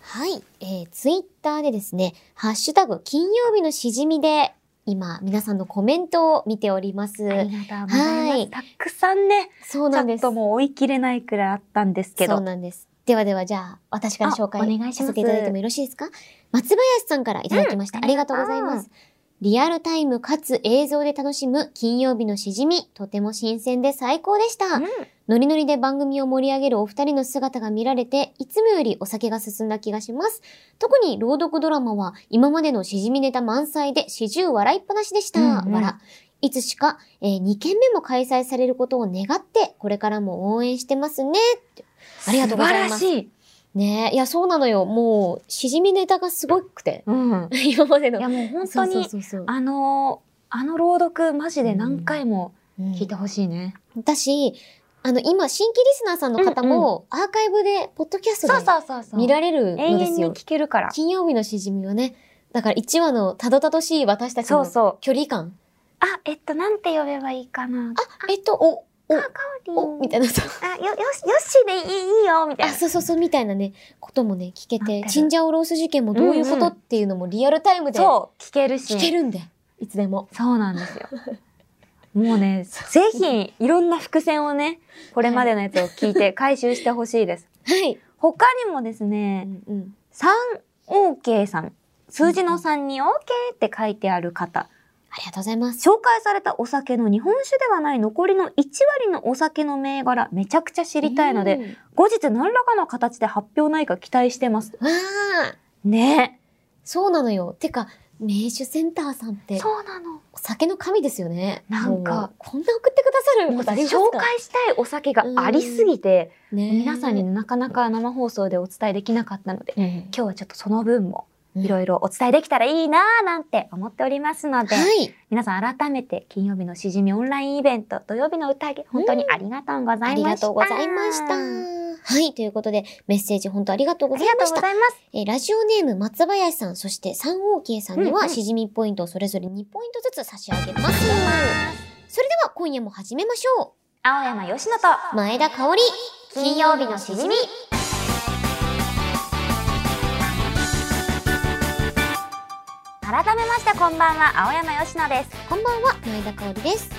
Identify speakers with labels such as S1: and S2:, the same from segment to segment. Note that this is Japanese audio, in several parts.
S1: はい、えー、ツイッターでですね、ハッシュタグ金曜日のしじみで、今、皆さんのコメントを見ております。
S2: ありがとうございます。
S1: はい
S2: たくさんね、
S1: そう
S2: ち
S1: な
S2: ょ
S1: んで
S2: っ
S1: す。
S2: ともう追い切れないくらいあったんですけ
S1: そう
S2: ど。
S1: なんです。ではでは、じゃあ、私から紹介
S2: あお願いします
S1: させていただいてもよろしいですか松林さんからいただきました。
S2: うん
S1: ありがとうございます。リアルタイムかつ映像で楽しむ金曜日のしじみ、とても新鮮で最高でした。ノリノリで番組を盛り上げるお二人の姿が見られて、いつもよりお酒が進んだ気がします。特に朗読ドラマは、今までのしじみネタ満載で、始終笑いっぱなしでした。
S2: うんうん
S1: わら。いつしか、え2件目も開催されることを願って、これからも応援してますね。ありがとうございます
S2: 素晴らしい。
S1: ねえ、いや、そうなのよ。もう、しじみネタがすごくて。
S2: うん。
S1: 今までの。
S2: いやもう本
S1: そ
S2: 当
S1: うそう
S2: に、
S1: そうそう。
S2: あのー、あの朗読、マジで何回も
S1: うん
S2: 聞いてほしいね。
S1: 私、あの、今、新規リスナーさんの方も、アーカイブで、ポッドキャストで
S2: そうそうそうそう。
S1: 見られる
S2: 永
S1: ので
S2: 遠
S1: す
S2: に
S1: よ。
S2: 聞けるから。
S1: 金曜日のしじみはね、だから1話のたどたどしい私たち
S2: そう
S1: の
S2: そう。
S1: 距離感。
S2: あ、えっと、なんて呼べばいいかな。
S1: えっと、お、
S2: あ、か
S1: お、
S2: おりん。
S1: みたいな、そう
S2: あ、よ、よし、よしでいいいいよ、み たい
S1: あ、
S2: な。
S1: そうそうそう、みたいなね、こともね、聞け
S2: なって
S1: て、
S2: る
S1: チンジャオロース事件もどういうこ
S2: うんう
S1: と
S2: ん
S1: っていうのもリアルタイムで
S2: そう、聞けるし。
S1: 聞けるんで、いつでも。
S2: そうなんですよ。もうね、ぜひ、いろんな伏線をね、これまでのやつを聞いて回収してほしいです。
S1: はい。
S2: 他にもです
S1: う
S2: ね、
S1: んうん。
S2: 3OK さん。数字の3に OK って書いてある方。
S1: ありがとうございます。
S2: 紹介されたお酒の日本酒ではない残りの1割のお酒の銘柄、めちゃくちゃ知りたいの
S1: う
S2: で、
S1: ん
S2: 後日何らかの形で発表ないか期待してます。
S1: わあ、
S2: ね
S1: そうなのよ。てか、名酒センターさんって、
S2: そうなの。
S1: お酒の神ですよね。
S2: なんか
S1: もう、こんな送ってくださる
S2: もう
S1: こ
S2: さ
S1: とありますか
S2: 紹介したいお酒がありすぎて、
S1: ねえ
S2: 皆さんに、なかなか生放送でお伝えできなかったので、
S1: うん
S2: 今日はちょっとその分も
S1: うん
S2: いろいろお伝えできたらいいなぁなんて思っておりますので、
S1: はい。
S2: 皆さん改めて金曜日のしじみオンラインイベント、土曜日の宴、本当にありがとうございました。
S1: ありがとうございました。
S2: あ
S1: はい。ということで、メッセージ本当ありがとうござ
S2: り
S1: い
S2: が
S1: ま
S2: とう
S1: し
S2: ご
S1: た。
S2: ざいます。
S1: えーラジオネーム松林さん、そして三王慶さんに
S2: うんう
S1: は、
S2: ん
S1: しじみポイントをそれぞれ2ポイントずつ差し上げます。それでは、今夜も始めましょ
S2: 青山よしのと、
S1: う。前田香織、金曜日のしじみ。
S2: 改めましてこんばんは、青山よしのです。
S1: こんばんは、前田香織です。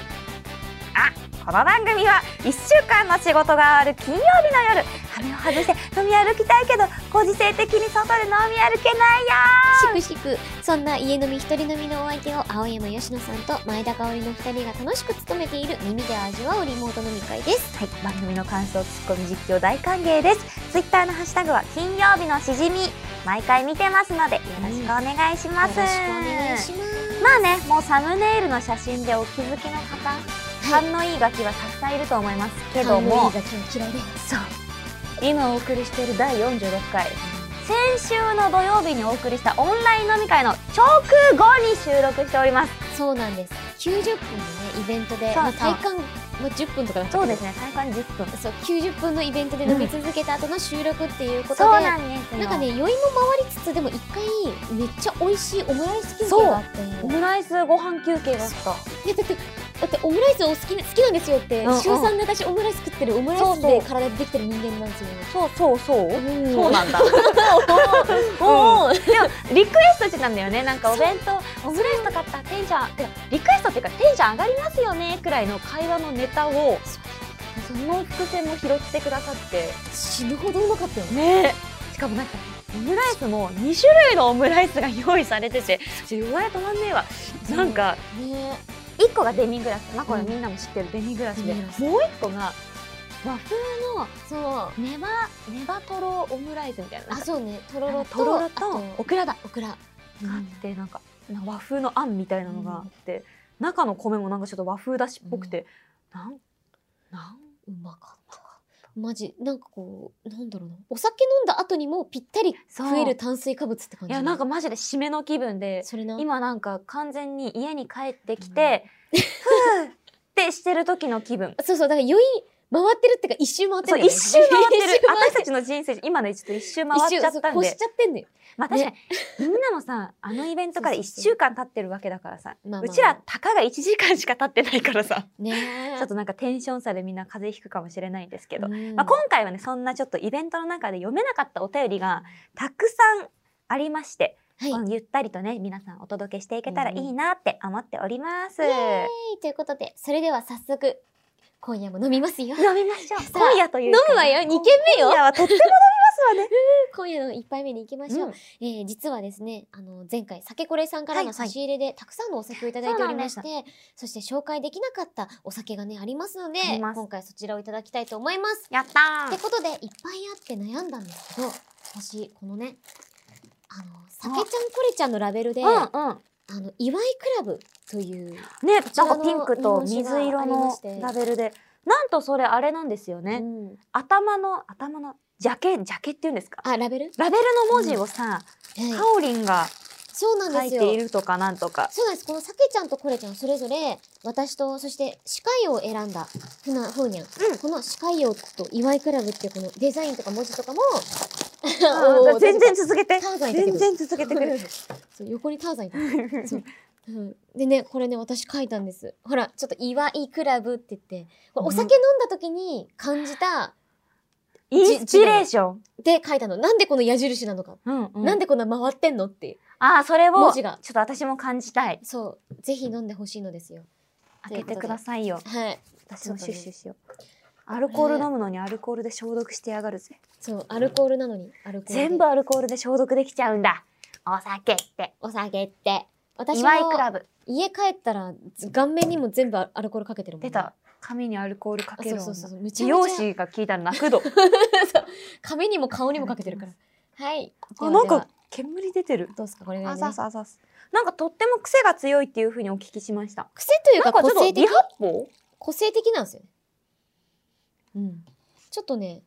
S2: この番組は1週間の仕事が終わる金曜日の夜羽目を外して飲み歩きたいけどご時世的に外で飲み歩けないよ
S1: しくしく、そんな家飲み一人飲みのお相手を、青山佳乃さんと前田香織の2人が楽しく務めている耳で味わうリモート飲み会です。
S2: はい番組の感想ツッコミ実況大歓迎ですツイッターのハッシュタグは金曜日のしじみ毎回見てますのでよろしくお願いし
S1: よ
S2: ま
S1: ろし
S2: す、
S1: くお願いします。
S2: まあねもうサムネイルの写真でお気づきの方、
S1: はい
S2: 勘のいいガキはたくさんいると思いますけど
S1: 寒
S2: も
S1: いが今日嫌いで。
S2: そう今お送りしている第46回先週の土曜日にお送りしたオンライン飲み会の直後に収録しております
S1: そうなんです。90分のね、イベントで、
S2: そう
S1: まあ、
S2: そう
S1: 体感、まあ、10分とかだったけ
S2: そ
S1: ど
S2: うですね最短10分
S1: そう、90分のイベントで飲み続けた後の収録っていうことで、
S2: そう
S1: な
S2: なんんですよ
S1: かね、酔いも回りつつ、でも一回、めっちゃ美味しいオムライス休憩があって、
S2: オムライスご飯休憩があっ
S1: いやだってだってオムライスを好きな好きなんですよって、
S2: うんうん
S1: 週3で私オムライス食ってるオムライス
S2: そうそ
S1: で
S2: う
S1: 体でできてる人間なんですよ
S2: たそうそうそう
S1: うん
S2: そうなんだ
S1: おお、
S2: リクエストしてたんだよねなんかお弁当オムライスとかあったらテンションてかリクエストっていうかテンション上がりますよねくらいの会話のネタをその伏線も拾ってくださって
S1: 死ぬほどうまかったよね
S2: ねしかもなんかオムライスも2種類のオムライスが用意されててちょ弱い止まんねえわなんか
S1: ね
S2: 1個がデミグラスまあこれ
S1: うん
S2: みんなも知ってるデミグラス
S1: デ
S2: で、
S1: ミグラス
S2: もう1個が和風の
S1: そう
S2: ネバネバとろオムライスみたいな
S1: あ
S2: なんか
S1: そうねとろろと
S2: とろろと
S1: あ
S2: オクラだ
S1: オクラ
S2: があってなんかなんか和風のあんみたいなのがあって、中の米もなんかちょっと和風だしっぽくて、なんなん
S1: うまかったマジなんかこうなんだろうなお酒飲んだ後にもぴったり
S2: そう
S1: 食える炭水化物って感
S2: い
S1: じ
S2: やなんかマジで締めの気分で
S1: それな
S2: 今なんか完全に家に帰ってきて、ふーってしてる時の気分。
S1: そうそうだから酔い回ってるってか、一周回って
S2: そう
S1: る、
S2: 一周回ってる私た
S1: ち
S2: ちの人生今ねちょっと一周回っちゃったん
S1: 越し
S2: で
S1: ちゃってんだよ。
S2: まあ確かにみんなもさあのイベントから
S1: そう
S2: 1
S1: そうそう
S2: 週間経ってるわけだからさ
S1: まあまあまあ
S2: うちらたかが1時間しか経ってないからさ
S1: ねえ
S2: ちょっとなんかテンション差でみんな風邪ひくかもしれないんですけど、
S1: うん
S2: まあ、今回はねそんなちょっとイベントの中で読めなかったお便りがたくさんありまして、
S1: はい
S2: このゆったりとね皆さんお届けしていけたらいいなって思っております。
S1: イエはい、ということで、それでは早速、今夜も飲みますよ。
S2: 飲みましょう
S1: さあ
S2: 今夜という
S1: 飲
S2: か
S1: むわよ、2軒目
S2: 今
S1: よ。
S2: 夜はとっても飲
S1: 今夜の一杯目に行きま
S2: みます
S1: しょう。
S2: わね。
S1: えー実はですね、あの、前回、酒これさんから
S2: は
S1: の
S2: いは
S1: 差
S2: い
S1: し入れで、たくさんのお酒をいただいておりまして、
S2: そ
S1: そして紹介できなかったお酒がね、ありますので、
S2: あります
S1: 今回そちらをいただきたいと思います。
S2: やった
S1: って
S2: ー
S1: ことで、いっぱいあって悩んだんですけど、私、このね、あの、酒ちゃんこれちゃんのラベルで、あ
S2: うんうん
S1: の、祝いクラブという、
S2: ね
S1: ち
S2: な
S1: らの
S2: んかピンクと水色のラベルでなんとそれあれなんですよね、
S1: うん
S2: 頭の頭のジャケジャケっていうんですか
S1: あ、ラベル、
S2: ラベルの文字を
S1: は
S2: さ、
S1: い
S2: カオリンが
S1: そうなん
S2: 書
S1: で
S2: い
S1: すよ
S2: てい。るとかなんとか
S1: そうなんです。このさけちゃんとこれちゃんそれぞれ私とそして歯科医を選んだふなふうにゃん。
S2: うん
S1: この歯科医をと祝いクラブっていうこのデザインとか文字とかも
S2: あ
S1: おー
S2: ー全然続けて
S1: ターザンいたけ
S2: 全
S1: ど
S2: 然続けてくれる
S1: そう横にターザンいた。そううんでねこれね私書いたんです。ほらちょっと祝いクラブって言ってこれお酒飲んだ時に感じた
S2: インスピレーション、
S1: で書いたの。なんでこの矢印なのか。
S2: うんうん
S1: なんでこんな回ってんのっていう。
S2: ああそれを
S1: 文
S2: ち
S1: 字
S2: ょ
S1: が
S2: っと私も感じたい
S1: そうぜひ飲んでほしいのですよ。
S2: 開けてくださいよ
S1: はい。
S2: 私もシュッシュしようアルコール飲むのにアルコールで消毒してやがるぜ
S1: そうアルコールなのにアルコールで。
S2: 全部アルコールで消毒できちゃうんだお酒って
S1: お酒って。私も
S2: 祝いクラブ
S1: 家帰ったらず顔面にも全部アルコールかけてるもんね、
S2: 出た紙にアルコールか
S1: あ
S2: け
S1: そ
S2: る
S1: うそ
S2: 女
S1: う そうむち
S2: 美
S1: ゃ
S2: 容
S1: めちゃ
S2: 師が聞いたら泣くど
S1: 髪にも顔にもかけて るからはいで
S2: あ
S1: は
S2: なん
S1: で
S2: か
S1: は
S2: 煙出てる
S1: どうですかこれぐらい
S2: あ
S1: でね、
S2: さささなんかとっても癖が強いっていうふうにお聞きしました
S1: 癖という
S2: な
S1: か
S2: んかち
S1: 個
S2: ょっと
S1: 性
S2: 理
S1: 的
S2: 発泡
S1: 個性的なんですよねうんちょっとね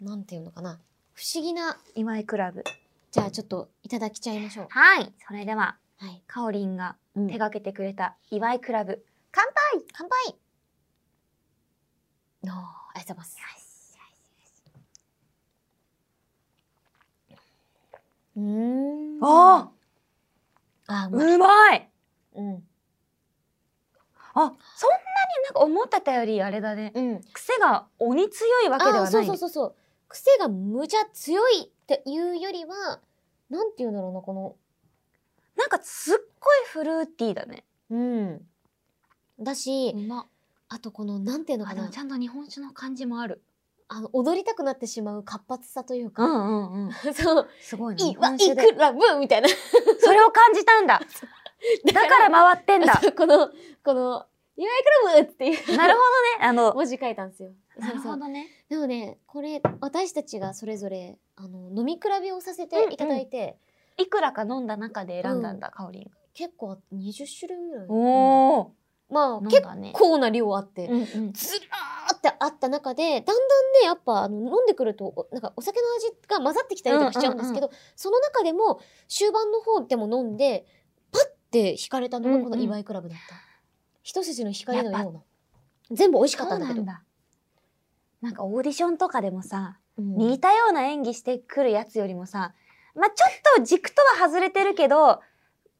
S1: なんていうのかな不思議な
S2: 今井クラブ
S1: じゃあちょっといただきちゃいましょう
S2: はいそれでは
S1: はい、
S2: かおりんが
S1: うん
S2: 手がけてくれた祝いクラブ乾杯
S1: 乾杯おーありがとうございますうーん
S2: あ
S1: あーうまい、
S2: うまい
S1: うん
S2: あそんなになんか思ってたよりあれだね
S1: うん、
S2: 癖が鬼強いわけでは
S1: あ
S2: な
S1: ー
S2: い
S1: そうそうそうそう癖がむちゃ強いっていうよりはなんていうんだろうなこの
S2: なんかすっごいフルーティーだね
S1: うんだし、
S2: ま
S1: あとこのなんていうのか
S2: あでも
S1: な
S2: ちゃんと日本酒の感じもある
S1: あの踊りたくなってしまう活発さという
S2: う
S1: か、
S2: んうんうん
S1: そう
S2: すご
S1: 「
S2: いね
S1: い
S2: 日
S1: わ
S2: 本
S1: い
S2: 酒で
S1: くらぶ」みたいな
S2: それを感じたんだだから回ってん だ
S1: そうこのこの「岩井クラブ!」っていう
S2: なるほどねあの
S1: 文字書いたんですよ。そうそう
S2: どね
S1: でもねこれ私たちがそれぞれあの飲み比べをさせていただいて、
S2: いくらか飲んだ中で選んだんだ、かおりんが
S1: 結構20種類ぐらい、
S2: おお、
S1: まあ
S2: 飲ん
S1: 結
S2: だね
S1: 構な量あって、
S2: うんうん
S1: ずらーってあった中でだんだんねやっぱあの飲んでくるとおなんかお酒の味が混ざってきたりとかしちゃうんですけど、その中でも終盤の方でも飲んでパッて惹かれたのがこ
S2: うん
S1: の
S2: うん
S1: 祝いクラブだった、一筋の光のような全部美味しかったんだけ
S2: そう
S1: ど
S2: だなんかオーディションとかでもさ、
S1: うん
S2: 似たような演技してくるやつよりもさまあちょっと軸とは外れてるけど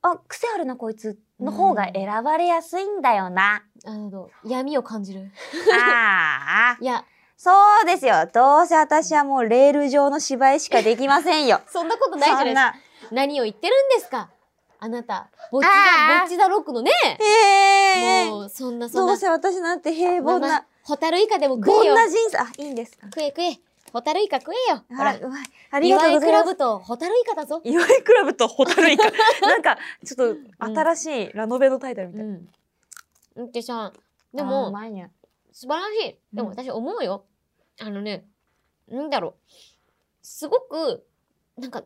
S2: あ癖あるなこいつの方が選ばれやすいんだよな、
S1: あの闇を感じる
S2: ああ
S1: いや
S2: そうですよどうせ私はもうレール上の芝居しかできませんよ
S1: そん なことないじゃない
S2: そん
S1: ですか
S2: な
S1: 何を言ってるんですかあなたぼっち
S2: あー
S1: だぼっちだロックのね
S2: ええ
S1: もうそんなそん
S2: どう
S1: な
S2: せ私なんて平凡
S1: まあまあ
S2: な
S1: ホタルイカでも食
S2: こ
S1: え
S2: ん
S1: よ
S2: な人生あいいんですか
S1: 食え食えホタルイカ食えよほら
S2: あうまいありが
S1: 岩
S2: とう
S1: 井
S2: ご
S1: ク
S2: ざいま
S1: ラ
S2: す
S1: ブとホタルイカだぞ。
S2: 岩井クラブとホタ ルイカなんかちょっと新しいラノベのタイトルみたいな、
S1: ん。ってさ、で
S2: あーう
S1: も
S2: まいね
S1: 素晴らしい。でも私思うよ。あのね、なんだろう。すごく、なんか、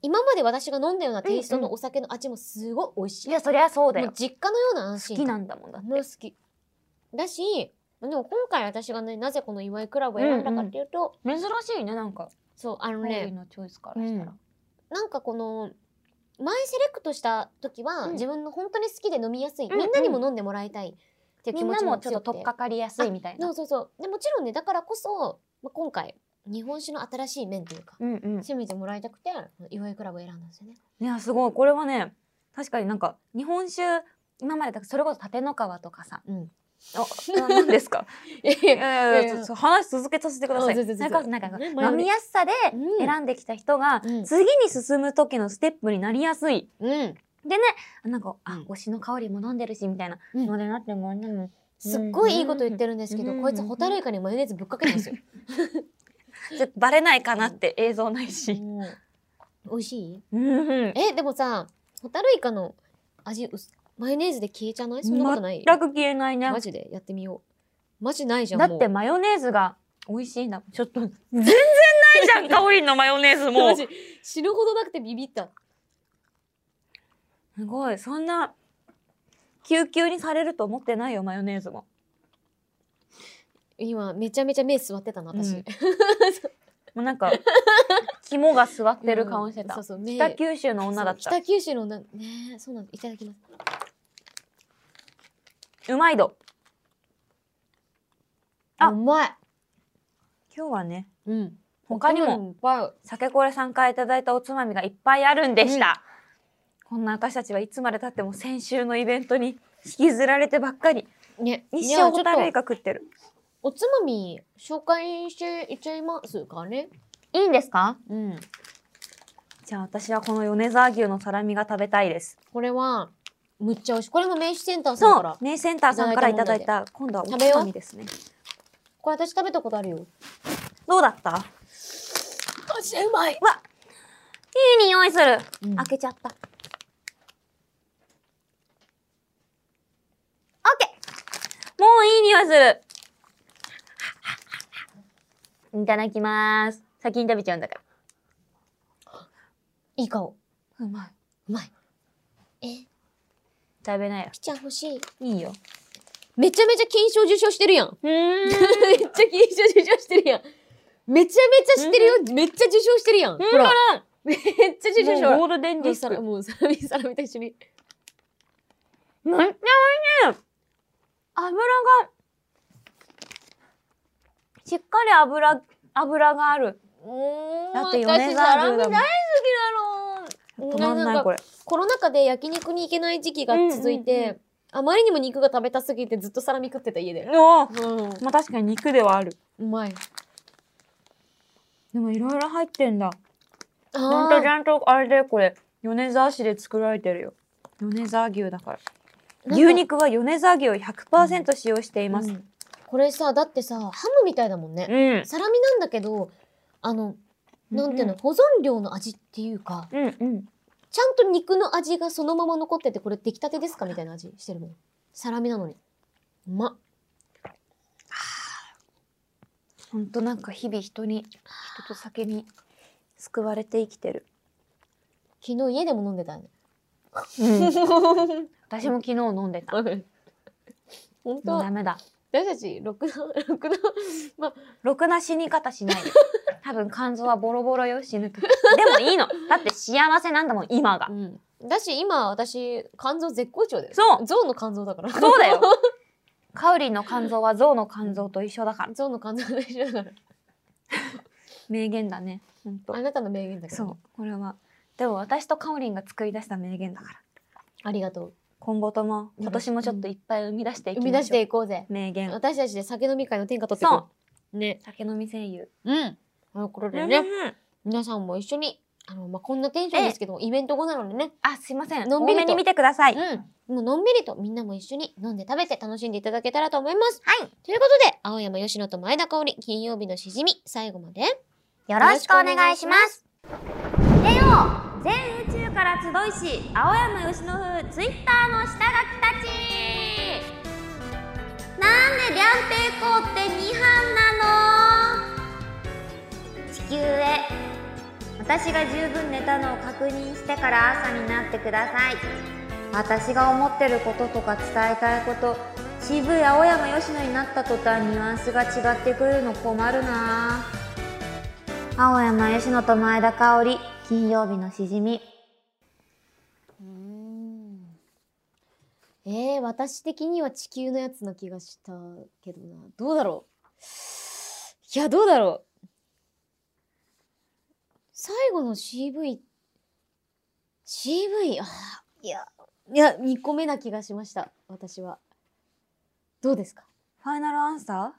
S1: 今まで私が飲んだようなテイスト
S2: うんう
S1: のお酒の味もすごい美味しい。
S2: いやそりゃそうだ
S1: も
S2: よ
S1: う実家のような安
S2: 好
S1: 心
S2: き
S1: 感。
S2: なんだもんだって
S1: もう好き。だし、でも今回私がね、なぜこの岩井クラブを選んだかっていうと、
S2: 珍しいねなんか
S1: そう、あの
S2: カロリー
S1: ね、
S2: のチョイスからしたら、
S1: なんかこの前セレクトした時は、
S2: うん
S1: 自分の本当に好きで飲みやすい、
S2: うんうん
S1: みんなにも飲んでもらいたいっていう
S2: み
S1: 気
S2: ん
S1: 持
S2: な
S1: ち
S2: も
S1: も
S2: ちょっと取っか
S1: か
S2: かりやすいみたいな。
S1: そうそうそうでもちろんねだからこそ、まあ、今回日本酒の新しい面というか
S2: うんうん。
S1: 攻めてもらいたくて岩井クラブを選んだんですよね。
S2: いや、すごい。これはね、確かになんか、日本酒、今までだからそれこそ立の川とか さ。
S1: うん。
S2: あ、あ何ですかいやいやい
S1: いやい
S2: や、
S1: や
S2: ちょ話続けさせてください。
S1: あ
S2: そ
S1: 全然全
S2: れ
S1: 然
S2: こそなんか、
S1: ね
S2: 飲みやすさで
S1: うん
S2: 選んできた人が、
S1: うん
S2: 次に進む時のステップになりやすい。
S1: うん、
S2: でね、なんか、あ、推しの香りも飲んでるし、みたいな。
S1: うん
S2: のでなっても、ね、
S1: すっごいいいこと言ってるんですけど、
S2: うん
S1: こいつホタルイカにマヨネーズぶっかけてますよ。
S2: ちょっとバレないかなって映像ないし。
S1: 美味しい
S2: うん。
S1: えでもさホタルイカの味うすマヨネーズで消えちゃないそんなことない
S2: 全く消えないね。
S1: マジでやってみようマジないじゃん
S2: だって
S1: も
S2: マヨネーズが美味しいんだもんちょっと全然ないじゃんカオリンのマヨネーズ
S1: う
S2: も
S1: マ
S2: す
S1: ジ死ぬほどなくてビビった
S2: ごいそんな救急にされると思ってないよマヨネーズも
S1: 今めちゃめちゃ目座ってたな私、
S2: うんもうなん か肝が据わってる顔してた、
S1: そうそう目
S2: 北九州の女だっ
S1: そ
S2: た
S1: う北九州の女ねえそうなんですいただきます
S2: うまいどあ
S1: うまい
S2: 今日はね
S1: うん
S2: 他にも
S1: いっぱい
S2: 酒これさんからいただいたおつまみがいっぱいあるんでした、こんな私たちはいつまでたっても先週のイベントに引きずられてばっかり
S1: ね
S2: 一
S1: いやちょっ
S2: 生ホ
S1: と
S2: タルイカ食ってる
S1: おつまみ紹介していっちゃいますかね
S2: いいんですか
S1: うん
S2: じゃあ私はこの米沢牛のサラミが食べたいです。
S1: これはむっちゃ美味しいこれも名刺センターさん
S2: そ
S1: から
S2: う、名センターさんからいただいた、今度はおつまみですね。
S1: これ私食べたことあるよ
S2: どうだったわ、
S1: マジでうまい
S2: いい匂いする、
S1: うん
S2: 開けちゃった。オッケーもういい匂いするいただきます。先に食べちゃうんだか
S1: いい顔
S2: ら。うまい。
S1: うまいえ
S2: 食べないよ。
S1: ピちゃん欲しい
S2: いいよ。
S1: めちゃめちゃ金賞受賞してるやん
S2: うーん。
S1: めっちゃ金賞受賞してるやんめちゃめちゃしてるよ、めっちゃ受賞してるやん、ほらめっちゃ受賞して
S2: もうゴ
S1: る
S2: ールデン
S1: も
S2: デ
S1: う
S2: ィス
S1: サ
S2: ク
S1: ラ。もうサラミサラミと一緒に
S2: めっちゃ美味しい油が、しっかり油、油がある。だって米
S1: 私サラミ
S2: 沢牛
S1: 大
S2: だ
S1: 好き
S2: もん
S1: なの
S2: 止まん
S1: な
S2: なんい
S1: か
S2: これ。
S1: コロナ禍で焼肉に行けない時期が続いて、
S2: うんうんう
S1: あまりにも肉が食べたすぎてずっとサラミ食ってた家で。
S2: おー
S1: うん、
S2: まあ確かに肉ではある。
S1: うまい。
S2: でもいろいろ入ってんだ。
S1: あ
S2: ちゃんと
S1: ー
S2: ちゃんとあれでこれ、米沢市で作られてるよ。米沢牛だから。
S1: なんか
S2: 牛肉は米沢牛を100%使用しています。
S1: うんこれさ、だってさ、ハムみたいだもんね。
S2: ん。
S1: サラミなんだけど、あの、なんていうの、保存料の味っていうか、
S2: うんうん。
S1: ちゃんと肉の味がそのまま残ってて、これ出来たてですかみたいな味してるもん。サラミなのに。うまっ。
S2: ほんとなんか日々人に、人と酒に救われて生きてる。
S1: 昨日家でも飲んで たよね。
S2: 私も昨日飲んでた。
S1: 本当
S2: もうダメだ。
S1: 私たち、ろくな、ろくな、
S2: ろくな死に方 しないで。多分肝臓はボロボロよ、死ぬ時。でもいいの。だって幸せなんだもん、今が
S1: う。ん、だし今私肝臓絶好調だよ
S2: そう
S1: 象の肝臓だから
S2: そうだよ。カウリンの肝臓は象の肝臓と一緒だから。
S1: 象の肝臓と一緒だから
S2: 名言だね。ほんと
S1: あ。なたの名言だから
S2: そう、これは。でも私とカオリンが作り出した名言だから。
S1: ありがと
S2: 今後とも、今年もちょっといっぱい生み出していう
S1: 生
S2: きましょう。
S1: み出していこうぜ
S2: 名言。
S1: 私たちで酒飲み会の天下取ってい
S2: そ
S1: こうね
S2: 酒飲み声優。
S1: うんということでね、皆さんも一緒にあの、まあ、こんなテンションですけどイベント後なのでね
S2: あ、すいません。
S1: のん
S2: 多
S1: びりと
S2: めに見てください。
S1: うんもうのんびりとみんなも一緒に飲んで食べて楽しんでいただけたらと思います
S2: はい。
S1: ということで青山佳乃と前田香織金曜日のしじみ最後まで
S2: よ。
S1: ろしくお願いします
S2: レオ全宇宙から集いし青山由伸風ツイッターの下書きたちなんでリャンペイコって二班なの地球へ私が十分寝たのを確認してから朝になってください私が思ってることとか伝えたいこと渋い青山由伸になった途端ニュアンスが違ってくるの困るなぁ青山佳乃と前田香織金曜日のしじみ
S1: うんえー、私的には地球のやつな気がしたけどな。どうだろういや、どうだろう最後の CV、CV、あーいや、いや、2個目な気がしました。私は。どうですか
S2: ファイナルアンサ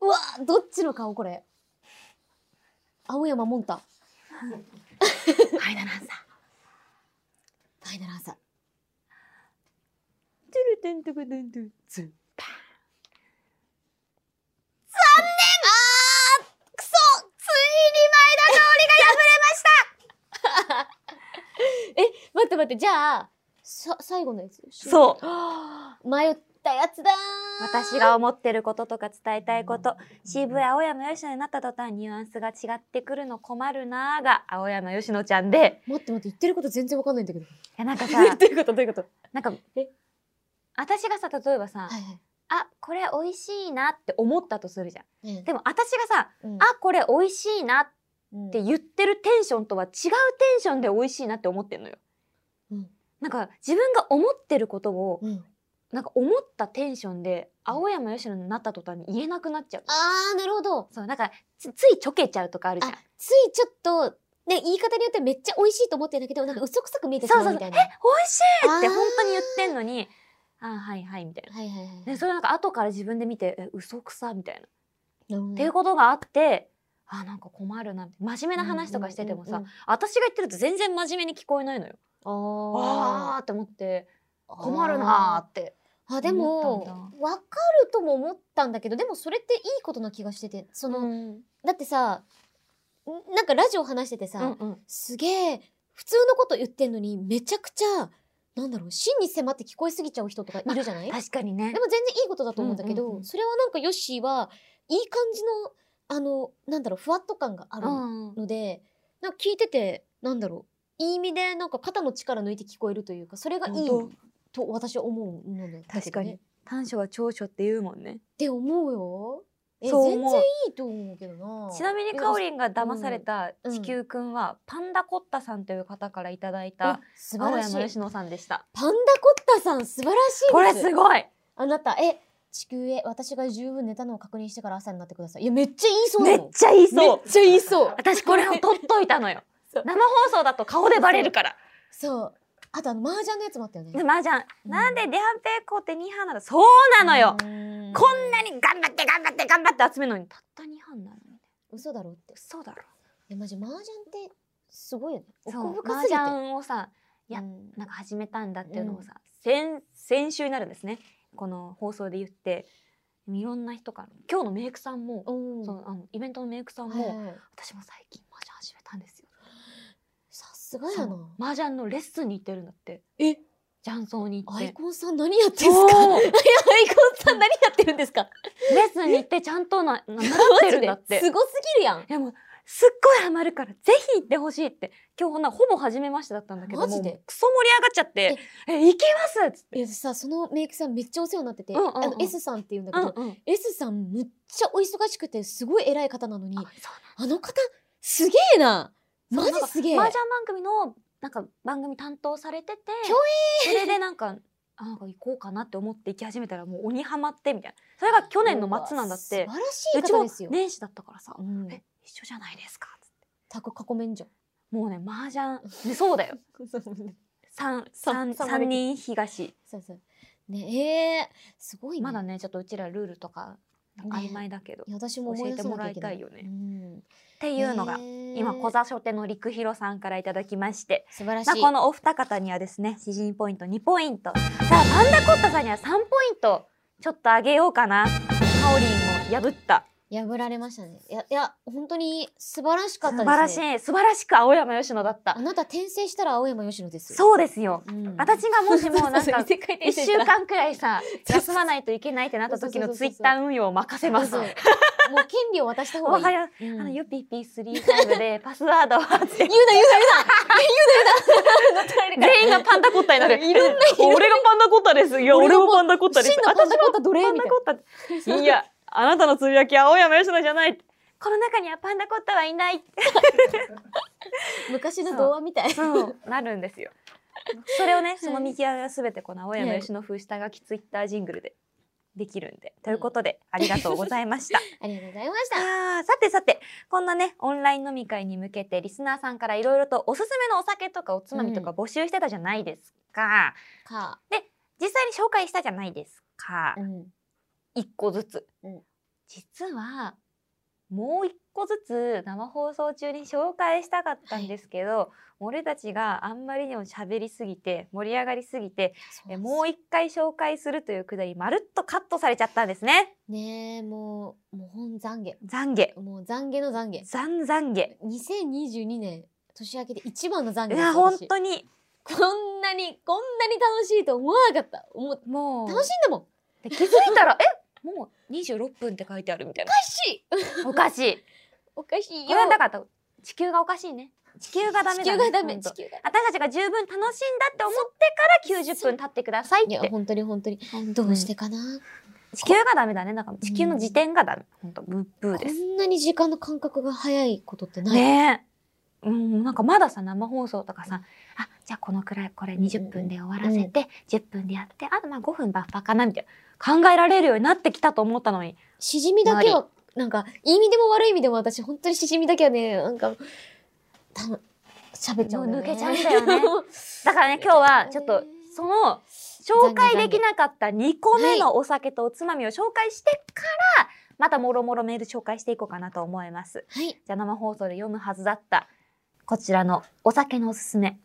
S1: うわーどっちの顔これ。青山もんた。
S2: ーファイナルアンサー
S1: ファイナルアンサー。
S2: トゥルトゥントゥクトゥントゥズンパン
S1: くそついに前田香織が破れました え、待って待って、じゃあ、さ、最後のやつ。
S2: そう
S1: 迷ったやつだー
S2: 私が思ってることとか伝えたいこと渋い青山佳乃になった途端ニュアンスが違ってくるの困るなーが青山佳乃ちゃんで
S1: 待って待って、言ってること全然わかんないんだけど。
S2: いやなんかさ
S1: どういうことどういうこと
S2: なんか
S1: え
S2: 私がさ例えばさ、
S1: はいはい。
S2: あこれ美味しいなって思ったとするじゃん
S1: で
S2: でも私がさ、
S1: も
S2: あこれ美味しいなっ
S1: っ
S2: って
S1: う
S2: 言ってるテンションとは違うテンションで美味しいなって思ってんのよ。
S1: うん
S2: なんか自分が思ってることを
S1: ん。うん
S2: なんか思ったテンションで青山佳乃になった途端に言えなくなっちゃう。
S1: あー、なるほど。
S2: そうなんかつついちょけちゃうとかあるじゃ
S1: あ
S2: ん。、
S1: ついちょっと、ね、言い方によってめっちゃ美味しいと思ってるんだけど、なんか嘘くさく見えてしまうみたいな。
S2: 美味しいって
S1: あー
S2: 本当に言ってんのに、あーはいはいみたい
S1: はいはいはい。
S2: な。でそれなんか後から自分で見てえ嘘くさみたい
S1: な
S2: な、
S1: るほど
S2: っていうことがあって。あーなんか困るな真面目な話とかしててもさ、
S1: うんうんうん
S2: 私が言ってると全然真面目に聞こえないのよ。あ
S1: あ
S2: ーって思って
S1: ー
S2: 困るなーって
S1: あで
S2: 思
S1: も
S2: ったん
S1: 分かるとも思ったんだけどでもそれっていいことな気がしててその、
S2: うん
S1: だってさんなんかラジオ話しててさ、
S2: うんうん
S1: すげえ普通のこと言ってんのにめちゃくちゃなんだろう真に迫って聞こえすぎちゃう人とかいるじゃない、
S2: 確かにね
S1: でも全然いいことだと思うんだけど、
S2: うんうんうん
S1: それはなんかヨッシーはいい感じのあのなんだろうふわっと感がある
S2: うん
S1: ので、なんか聞いててなんだろういい意味でなんか肩の力抜いて聞こえるというかそれがいい
S2: 本
S1: と私は思うのだけどね
S2: 確かに短所は長所って言うもんね
S1: って思うよ。え
S2: そう
S1: 全
S2: 思う
S1: 然いいと思うけどな。
S2: ちなみにかおりんが騙された
S1: うん
S2: 地球くんはパンダコッタさんという方からいただい
S1: あ
S2: た
S1: 素
S2: 青
S1: 晴らし
S2: 山
S1: い。
S2: 佳乃さんでした
S1: パンダコッタさん素晴らしいです。
S2: これすごい
S1: あなたえ地球へ私が十分寝たのを確認してから朝になってください。いやめっちゃ言いそう
S2: め
S1: な
S2: っ
S1: の。
S2: ちゃいい
S1: め
S2: そう
S1: っちゃ言いそう。
S2: 私これを取っといたのよ
S1: そう
S2: 生放送だと顔でバレるから
S1: そう。あとあの麻雀のやつもあったよね。
S2: でマージャン
S1: うん
S2: なんでデハンペーコーって二班なのそうなのよ
S1: うーん
S2: こんなに頑張って頑張って頑張って集めるのにたった二班なのに
S1: 嘘だろって。い
S2: 嘘だろ
S1: やマジ麻雀ってすごいよね。
S2: そ
S1: 奥
S2: う
S1: 深す
S2: マー
S1: ぎ
S2: ジ
S1: て。
S2: ャンをさや
S1: うん
S2: なんか始めたんだっていうのをさ、先先週になるんですねこの放送で言っていろんな人から今日のメイクさんも、
S1: うん。
S2: そのあのイベントのメイクさんも、
S1: はいはい
S2: 私も最近麻雀始めたんですよ
S1: さすがやな。
S2: 麻雀のレッスンに行ってるんだって
S1: え
S2: 雀荘に行っ
S1: アイ
S2: て
S1: コンさん何やってんすか。い
S2: そう
S1: やアイコンさん何やってるんです か。
S2: レッスンに行ってちゃんと なな習ってるんだっ
S1: マジで
S2: て
S1: すごすぎるやん。
S2: でもすっごいハマるからぜひ行ってほしいって今日ほんなほぼ初めましてだったんだけど
S1: マジで
S2: もうクソ盛り上がっちゃって「え行きます!」っつって
S1: いやさそのメイクさんめっちゃお世話になってて、
S2: うんうんうん
S1: あの S さんって言うんだけ
S2: うん
S1: ど、
S2: うん、
S1: S さんむっちゃお忙しくてすごい偉い方なのに
S2: あ
S1: あ
S2: そう
S1: の方すげえなマジすげえ
S2: マージャン番組のなんか番組担当されてて
S1: 競
S2: それでなんかあなんか行こうかなって思って行き始めたらもう鬼ハマってみたいなそれが去年の末なんだって
S1: うわ素晴
S2: う
S1: らし
S2: ち
S1: い方
S2: も
S1: ですよ、
S2: 年始だったからさ「
S1: うん、
S2: え一緒じゃないですか」つって
S1: タコ囲めんじゃん
S2: もうねマージャン、ね、そう だよ三三
S1: 三
S2: 三人東
S1: そうそうねえー、すごいね
S2: まだねちょっとうちらルールとか曖昧だけど、
S1: いや私も思い出さなきゃいけない
S2: 教えてもらいたい
S1: う
S2: よね
S1: ん、っ
S2: っていうのが、今小座書店の陸広さんからいただきまして
S1: 素晴らし
S2: まあ、
S1: い
S2: このお二方にはですね詩人ポイント2ポイントさあパンダコッタさんには3ポイントちょっとあげようかなカオリンを破った
S1: 破られましたねいやいや本当に素晴らしかったです、
S2: 素
S1: ね、
S2: 晴らしい素晴らしく青山佳乃だった
S1: あなた転生したら青山佳乃ですよ
S2: そうですよ
S1: うん
S2: 私がもしもう なん
S1: そうそうそう
S2: か
S1: 世界
S2: 1
S1: 転生し
S2: 週
S1: たら
S2: 間くらいさ
S1: そう
S2: 休まないといけないってなった時の
S1: そう
S2: ツ
S1: そ
S2: イ
S1: うそう
S2: ッ
S1: そう
S2: ター運用を任せます
S1: そうそうもう権利を渡した 方
S2: わか
S1: がい
S2: り
S1: い。
S2: ま
S1: う
S2: す
S1: ん
S2: あのユピピ35でパスワードはっ
S1: 言
S2: て
S1: うな言う
S2: 全員がパンダコッタになる
S1: いろんな
S2: 俺がパンダコッタですいや
S1: 俺
S2: 俺
S1: も
S2: もパンダコッタです
S1: 真のパンダコッタ奴隷
S2: パン
S1: み
S2: ダ
S1: たい
S2: コッタいや、あなたのつぶやきは青山佳乃じゃない。この中にはパンダコッタはいない。
S1: な。昔の童話みたい。
S2: そう、なるんですよ。 それをね、その見極めはすべてこの青山吉野風下書きツイッタージングルでできるんで。ということで、ありがとうございま した。
S1: ありがとうございまし
S2: い
S1: た。
S2: やーさてさて、こんなね、オンライン飲み会に向けて、リスナーさんからいろいろとおすすめのお酒とかおつまみとか募集してたじゃないですか。
S1: か、
S2: 実際に紹介したじゃないですか
S1: う。ん。
S2: 一個ずつ。
S1: うん
S2: 実は、もう一個ずつ生放送中に紹介したかったんですけど、俺たちがあんまりにも喋りすぎて、盛り上がりすぎて、えもう一回紹介するというくだり、まるっとカットされちゃったんですね。
S1: うねえ、もう、もう本懺
S2: 懺悔。
S1: 悔。もう懺悔の懺悔。
S2: 残懺悔。
S1: 2022年、年明けで一番の懺悔
S2: い
S1: です
S2: や、本当に。
S1: 私こんなに、こんなに楽しいと思わなかった。もう、
S2: もう。
S1: 楽しいんだもん。お
S2: で気づい たら、えもう26分って書いてあるみたいな
S1: か。しい
S2: おかしい。
S1: おかしいよ。
S2: 言わなかった。地球がおかしいね。地球がダメだ、ね。
S1: 地球がダメ、
S2: ほん
S1: 地
S2: と
S1: 球が。
S2: 私たちが十分楽しんだって思ってから90分経ってくださいっ
S1: い
S2: て
S1: や、。本当に本当に。どうしてかな。
S2: 地球がダメだね。なんか地球の時点がダメ。本当ブッブー
S1: こ
S2: です。
S1: んなに時間の感覚が早いことってない。
S2: ねえ。うん、なんかまださ生放送とかさあじゃあこのくらいこれ20分で終わらせて、10分でやってあとまあ5分バッファかなみたいな考えられるようになってきたと思ったのに
S1: しじみだけは、なんか、いい意味でも悪い意味でも私、本当にしじみだけはね、なんか、たの、喋っちゃうんだよね。
S2: もう抜けちゃうんだ よだからね今日はちょっとその紹介できなかった2個目のお酒とおつまみを紹介してからまたもろもろメール紹介していこうかなと思います。
S1: はい。
S2: じゃあ生放送で読むはずだったこちらのお酒のおすすめ。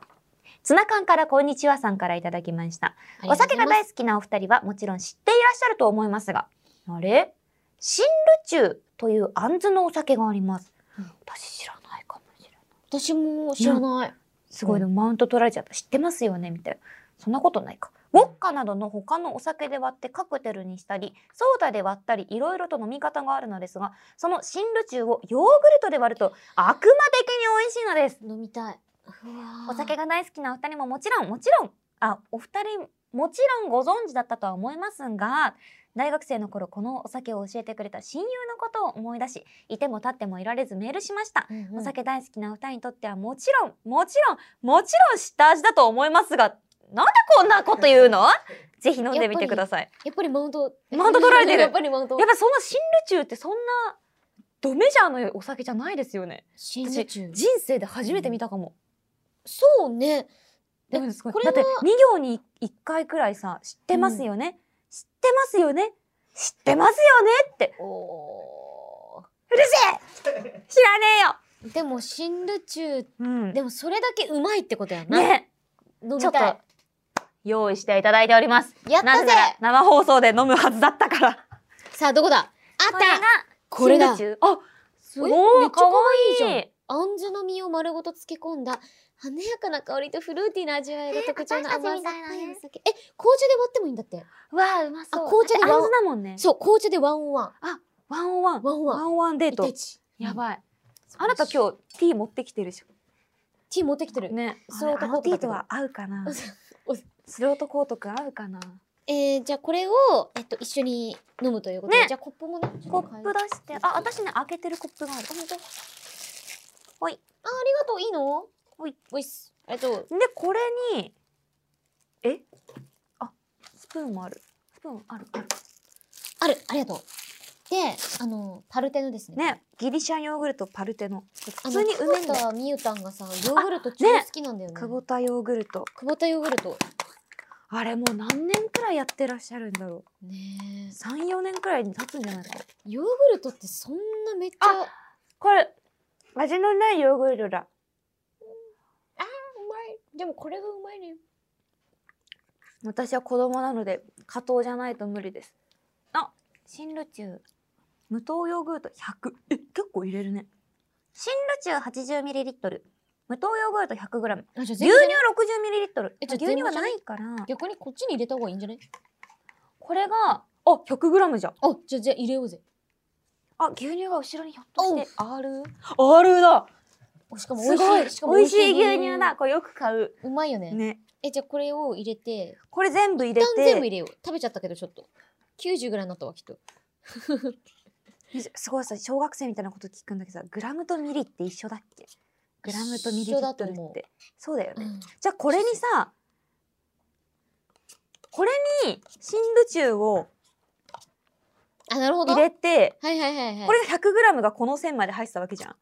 S2: ツナ缶からこんにちはさんからいただきました。お酒が大好きなお二人はもちろん知っていらっしゃると思いますが、あれ新ルチュウという杏子のお酒があります。
S1: うん
S2: 私知らないかもしれない。
S1: 私も知らない。
S2: すごい、でもマウント取られちゃった。知ってますよねみたいな。そんなことないか。ウォッカなどの他のお酒で割ってカクテルにしたり、ソーダで割ったり、いろいろと飲み方があるのですが、その新ルチューをヨーグルトで割ると悪魔的に美味しいのです。
S1: 飲みたい。
S2: お
S1: お
S2: 酒
S1: が。
S2: が大好きなお二人ももちろん、もちろん、あ、お二人もちろんご存知だったとは思いますが、大学生の頃このお酒を教えてくれた親友のことを思い出し、いても立ってもいられずメールしました。
S1: うんうん
S2: お酒大好きなお二人にとってはもちろんもちろんもちろん知った味だと思いますがなんでこんなこと言 うのぜひ飲んでみてください
S1: やっぱりマウント。
S2: マウント取られてる
S1: やっぱりマウント
S2: やっ。ぱそんな新ルチューってそんなドメジャーのお酒じゃないですよね
S1: 新宇宙。
S2: 人生で初めて見たかも、
S1: そうね。
S2: でもすごい
S1: これ
S2: だ
S1: は
S2: って2行に1回くらいさ知ってますよね、知ってますよね知ってますよねって
S1: お
S2: うるせえ知らね
S1: ーでも、新宇宙、
S2: えよ、うん、
S1: でもそれだけうまいってことやな。
S2: ね
S1: 飲み
S2: ちょっと
S1: たい。
S2: 用意していただいております
S1: やっ
S2: な
S1: た
S2: ぜ
S1: ぜ
S2: なら生放送で飲むはずだったから。
S1: さあ、どこだあっ
S2: これが
S1: たこれだ
S2: 真珠あ、す
S1: え
S2: ご
S1: めっ
S2: い
S1: ちゃ可
S2: 可愛い
S1: 愛いじゃん
S2: い
S1: あんずの実を丸ごと漬け込んだ華やかな香りとフルーティーな味わいが特徴の甘酸っぱいお酒。え、紅茶で割ってもいいんだって。
S2: わあ、うまそう。
S1: あ紅茶で
S2: だって
S1: ワン
S2: あんずだもんね。
S1: そう、紅茶でワンオンワン。
S2: ワンオンワン。
S1: ワンオンワン
S2: ワンオンワンデー
S1: 一対
S2: ト。
S1: 一。
S2: やばい。
S1: うん
S2: あなた今日ティー持ってきてるでしょ。
S1: ティー持ってきてる。
S2: ね。
S1: ス
S2: ス
S1: ロー
S2: ロー
S1: ト
S2: ト
S1: コ
S2: コ
S1: ー
S2: ー
S1: ト
S2: ト
S1: だけ
S2: だ
S1: ど
S2: けど。合うか な
S1: おお
S2: スロートコートく合うかな
S1: えー、じゃあこれを、えっと、一緒に飲むということで、
S2: ね
S1: じゃあコップもね
S2: コッ
S1: だ
S2: プ出して。あ、私ね、開けてるコップがあ
S1: あ
S2: る。
S1: ありがとういいの
S2: ほい
S1: おいっすありがとう
S2: で、これに、えあ、スプーンもある。スプーンある。ある
S1: あるありがとうであのパルテノですね
S2: ね、ギリシャヨーグルトパルテノ。
S1: あの
S2: 普通に
S1: 久
S2: 梅
S1: 保
S2: だよ。
S1: 田美優たんがさヨーグルト超
S2: ね
S1: 好きなんだよね
S2: 久保田ヨーグルト。
S1: 久保田ヨーグルト
S2: あれもう何年くらいやってらっしゃるんだろ
S1: ね
S2: う。3、4年くらいに経つんじゃないか。
S1: えヨーグルトってそんなめっちゃ
S2: あこれ、味のないヨーグルトだ。
S1: うまいでもこれがうまいね
S2: 私は子供なので、加糖じゃないと無理です。あ、新ルチュー。無糖ヨーグルト100。え、結構入れるね。新ルチュー 80ml。無糖ヨーグルト 100g。
S1: あじゃあ
S2: 牛
S1: 全
S2: 乳
S1: 然
S2: 60ml。
S1: えじゃあ
S2: 牛乳がないから。
S1: 逆にこっちに入れた方がいいんじゃない
S2: これが、あ、100g じゃん。
S1: あじゃあじゃあ入れようぜ
S2: あ、牛乳が後ろにひょっとして、R?R だ
S1: おしかも美
S2: す
S1: 味し
S2: ご
S1: い
S2: い
S1: しかも
S2: 美味しい牛乳だこれよく買う。
S1: うまいよね
S2: ね。
S1: えじゃあこれを入れて
S2: これ全部入
S1: 一
S2: れ
S1: 旦全部入
S2: て
S1: れよう食べちゃったけどちょっと90ぐらいになったわきっと
S2: すごいさ小学生みたいなこと聞くんだけどさグラムとミリって一緒だっけグラムとミリリ
S1: 一緒だ
S2: ッ
S1: と
S2: トル
S1: 思う
S2: ってそうだよね、
S1: うん
S2: じゃあこれにさこれに真露中を
S1: あ、なるほど。
S2: 入
S1: はい
S2: れて、
S1: はいはいはい。
S2: これが 100g がこの線まで入ってたわけじゃん。
S1: っ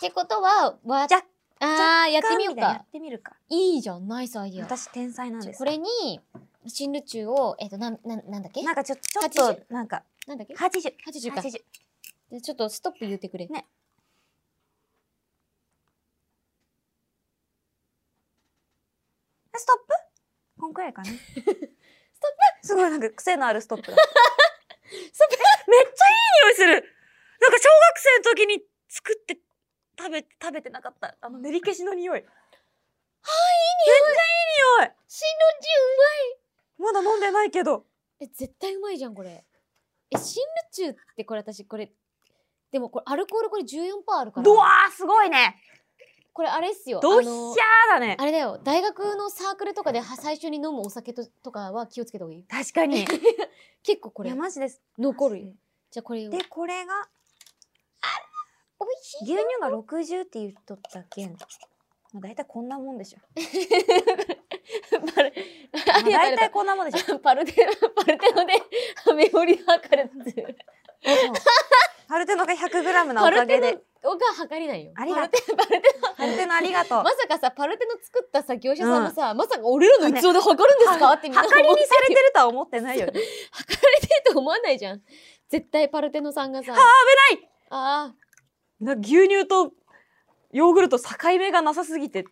S1: てことは、わ
S2: じゃ
S1: あー、やってみよう
S2: みたいなや
S1: か
S2: っ。てみるか。
S1: いいじゃん、ナイスアイディア。
S2: 私天才なんです。
S1: これに、真露中を、えっと、なん、なんなんだっけ
S2: なんかちょちょっとなんか
S1: なんだっけ
S2: 80
S1: ?80 か。
S2: 80
S1: でちょっとストップ言ってくれ。
S2: ねストップこんくらいか な。ストップすごいなんか癖のある ストップだ。えめっちゃいい匂いするなんか小学生の時に作って食べ、食べてなかった。あの練り消しの匂い。はい、いい匂いめっちゃいい匂い
S1: 真露中うまい
S2: まだ飲んでないけど。
S1: え絶対うまいじゃんこれえ新ル中ってこれ私これでもこれアルコールこれ14%あるから
S2: ドワーすごいね
S1: これあれっすよ
S2: ドヒ
S1: あ
S2: ャー
S1: の
S2: だね
S1: あれだよ大学のサークルとかでは最初に飲むお酒ととかは気をつけた方がいいよ
S2: 確かに。
S1: 結構こ
S2: い
S1: れ
S2: や、マジです。
S1: 残るよじゃあこれを
S2: で、これが、
S1: おいしい
S2: 牛乳が60って言っとったけん。まあ、大体こんなもん でしょ。
S1: パル
S2: まあ、
S1: あ りがとうあり
S2: 大
S1: が
S2: 体こんなもんでしょ。
S1: とうパルテノパルテノでハメ折り測るっていう
S2: そうパルテノが 100g なお
S1: パ
S2: か
S1: ルテ
S2: げで。
S1: ノが測れないよ
S2: ありが
S1: とうパルテノ
S2: パルテノありがとう。
S1: まさかさパルテノ作ったさ業者さんもさ、まさか俺らの器で測るんですかってみんな
S2: は
S1: 思
S2: かり
S1: う
S2: にされ てるとは思ってないよね。
S1: 測られてると思わないじゃん絶対パルテノさんがさあ
S2: 危
S1: ないあ
S2: な牛乳とヨーグルト境目がなさすぎて。
S1: ー